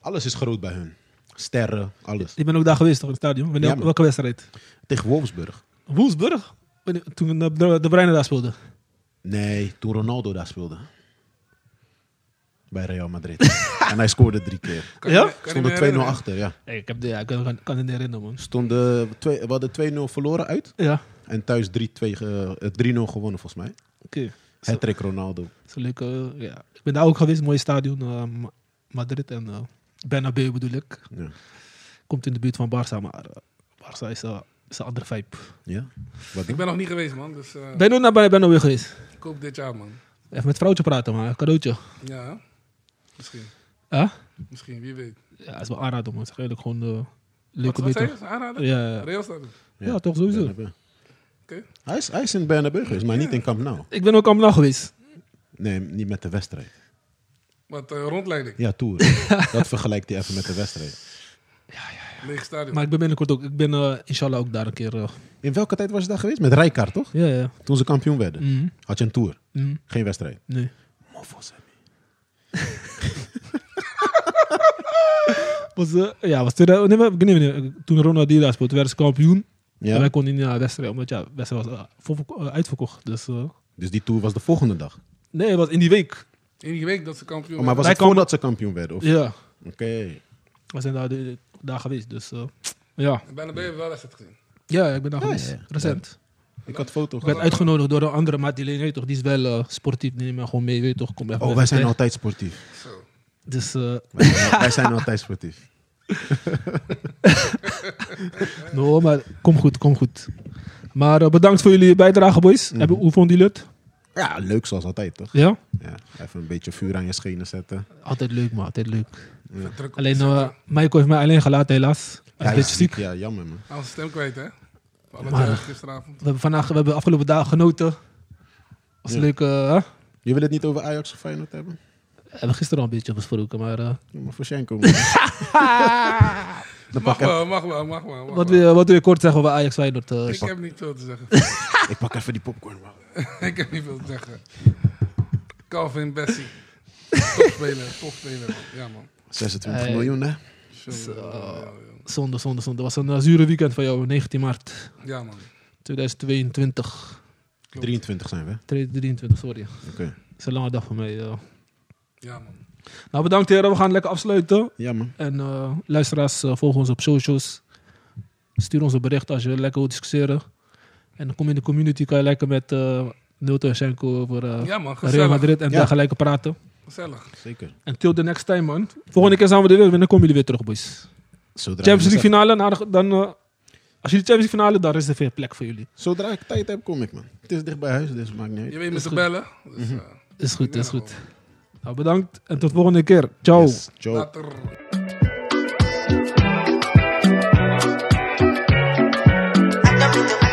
Speaker 4: Alles is groot bij hun. Sterren, alles.
Speaker 2: Ik ben ook daar geweest toch, in het stadion? Wanneer,
Speaker 4: Ja, man.
Speaker 2: welke wedstrijd?
Speaker 4: Tegen Wolfsburg.
Speaker 2: Wolfsburg? Wanneer- Toen eh, de, de Bruyne daar speelde.
Speaker 4: Nee, toen Ronaldo daar speelde. Bij Real Madrid. en hij scoorde drie keer.
Speaker 3: Kan
Speaker 2: Ja?
Speaker 3: je me- kan je me
Speaker 4: Stonden 2-0
Speaker 3: herinneren?
Speaker 4: achter, ja.
Speaker 2: Nee, ik, heb de, ja, ik kan, kan het niet herinneren, man.
Speaker 4: Stonden twee, we hadden 2-0 verloren uit.
Speaker 2: Ja,
Speaker 4: En thuis 3-2, eh, eh, 3-0 gewonnen volgens mij.
Speaker 2: oké. Zo,
Speaker 4: Hattrick Ronaldo.
Speaker 2: zo leuk. eh, ja. Ik ben daar ook geweest, mooi stadion. eh, Ma- Madrid en eh Bernabeu bedoel ik.
Speaker 4: Ja.
Speaker 2: Komt in de buurt van Barça, maar eh, Barça is, eh, is een andere vibe.
Speaker 4: ja. Wat
Speaker 3: Ik
Speaker 4: dan?
Speaker 3: ben nog niet geweest, man. Dus eh,
Speaker 2: Ben je nooit naar Bernabeu geweest?
Speaker 3: ik hoop dit jaar, man.
Speaker 2: Even met vrouwtje praten, man. Een cadeautje.
Speaker 3: Ja, misschien.
Speaker 2: Huh?
Speaker 3: Misschien, wie weet.
Speaker 2: Ja, dat is wel aanraden, man. Het is eigenlijk gewoon eh
Speaker 3: Wat,
Speaker 2: leuke
Speaker 3: wat zei je?
Speaker 2: beter.
Speaker 3: Is het Aanraden?
Speaker 2: Ja, ja, ja.
Speaker 3: Real staat er.
Speaker 2: Ja, toch sowieso.
Speaker 4: Bernabeu.
Speaker 3: Oké.
Speaker 4: Hij, is, hij is in Bernabeu geweest, maar niet in Camp Nou.
Speaker 2: Ik ben ook allemaal geweest.
Speaker 4: Nee, niet met de wedstrijd.
Speaker 3: Wat eh, rondleiding.
Speaker 4: Ja, Tour. dat vergelijkt hij even met de wedstrijd.
Speaker 3: Leeg stadion.
Speaker 2: Maar ik ben binnenkort ook. Ik ben eh, inshallah ook daar een keer. eh,
Speaker 4: In welke tijd was je daar geweest? Met Rijkaard, toch?
Speaker 2: Ja, ja.
Speaker 4: Toen ze kampioen werden.
Speaker 2: Mhm.
Speaker 4: Had je een Tour.
Speaker 2: Mhm.
Speaker 4: Geen wedstrijd.
Speaker 2: Nee.
Speaker 4: Moffel, Sammy.
Speaker 2: Was, eh, ja, was tweede- nee, maar- nee, nee, nee. toen Ronaldinho daar speelde, werden ze kampioen. En wij
Speaker 4: Ja.
Speaker 2: konden niet naar de wedstrijd, omdat ja, de wedstrijd was eh, volvo- eh, uitverkocht. Dus eh,
Speaker 4: Dus die Tour was de volgende dag.
Speaker 2: nee, het was in die week.
Speaker 3: Enige week dat ze kampioen
Speaker 4: Oh, maar was
Speaker 2: Wij
Speaker 4: het voordat ze kampioen werden? Of?
Speaker 2: Ja,
Speaker 4: Oké.
Speaker 2: we zijn daar, de- daar geweest. Dus eh, ja.
Speaker 3: werden. Bijna ben je wel wedstrijd gezien.
Speaker 2: ja, ik ben daar
Speaker 4: Nice.
Speaker 2: geweest. Recent.
Speaker 4: Ik had foto
Speaker 2: Ik werd
Speaker 4: gehad.
Speaker 2: uitgenodigd door een andere maat, die, alleen, weet je toch, die is wel eh, sportief, neem maar gewoon mee, weet je toch. Kom even
Speaker 4: Oh,
Speaker 2: met
Speaker 4: wij
Speaker 2: me
Speaker 4: zijn
Speaker 2: mee.
Speaker 4: altijd sportief.
Speaker 3: Zo.
Speaker 2: Dus eh,
Speaker 4: Wij zijn, wij zijn altijd sportief.
Speaker 2: no, maar kom goed, kom goed. Maar eh, bedankt voor jullie bijdrage, boys.
Speaker 4: Mhm.
Speaker 2: Hebben, hoe vonden jullie het?
Speaker 4: Ja, leuk zoals altijd, toch?
Speaker 2: Ja?
Speaker 4: Ja, even een beetje vuur aan je schenen zetten.
Speaker 2: Altijd leuk, man. Altijd leuk.
Speaker 3: Druk op
Speaker 2: Alleen,
Speaker 3: de
Speaker 2: eh Michael heeft mij alleen gelaten, helaas. Hij is
Speaker 4: Ja,
Speaker 2: een beetje ziek.
Speaker 4: Ja, jammer, man.
Speaker 3: Aan zijn stem kwijt, hè? Voor alle
Speaker 2: Maar-
Speaker 3: tijd eh, gisteravond.
Speaker 2: We hebben vandaag, we hebben afgelopen dagen genoten. Was
Speaker 4: Ja.
Speaker 2: leuk. eh, hè?
Speaker 4: Je wil het niet over Ajax of Feyenoord hebben?
Speaker 2: We hebben gisteren al een beetje besproken, maar eh,
Speaker 4: Doe maar voor Schenko. man. Dan
Speaker 3: Mag
Speaker 4: pak ik,
Speaker 3: wel, mag wel, mag wel. Mag
Speaker 2: wat,
Speaker 3: wel.
Speaker 2: wil, je- wat wil je kort zeggen over Ajax Feyenoord? eh?
Speaker 3: Ik heb niet veel te zeggen.
Speaker 4: ik pak even die popcorn, man.
Speaker 3: ik heb niet veel te zeggen. Calvin Bessie. Topspeler, topspeler. Ja, man.
Speaker 4: 26
Speaker 2: Hey.
Speaker 4: miljoen, hè?
Speaker 3: Jongen, jongen, jongen.
Speaker 2: zonde, zonde, zonde. Het was een eh, zure weekend van jou, 19 maart
Speaker 3: Ja, man.
Speaker 2: 2022.
Speaker 4: 23 zijn we. hè?
Speaker 2: 23, sorry.
Speaker 4: Oké.
Speaker 2: Het is een lange dag voor mij. eh.
Speaker 3: Ja, man.
Speaker 2: Nou, bedankt heren. We gaan lekker afsluiten.
Speaker 4: Ja, man.
Speaker 2: En eh, luisteraars, eh, volg ons op socials. Stuur ons een bericht als je lekker wilt discussiëren. En dan kom je in de community, kan je lekker met eh Nilton en Schenko over eh,
Speaker 3: Ja, man.
Speaker 2: Real
Speaker 3: Gezellig.
Speaker 2: Madrid en
Speaker 4: Ja.
Speaker 2: dergelijke praten.
Speaker 3: Gezellig.
Speaker 4: Zeker.
Speaker 2: En till the next time, man. Volgende keer zijn we er weer. En dan komen jullie weer terug, boys.
Speaker 4: Zodra
Speaker 2: Champions
Speaker 4: je
Speaker 2: League
Speaker 4: zegt-
Speaker 2: finale. na de- Dan eh, Als jullie Champions League finale, dan is er veel plek voor jullie.
Speaker 4: Zodra ik tijd heb, kom ik, man. Het is dicht bij huis, dus maakt niet uit.
Speaker 3: Je weet me te bellen. Dus, eh,
Speaker 2: Is goed, is
Speaker 3: Ja,
Speaker 2: goed. Nou, bedankt en tot volgende keer. Ciao.
Speaker 4: Yes,
Speaker 3: آه،
Speaker 4: ciao.
Speaker 3: later.
Speaker 1: I know we the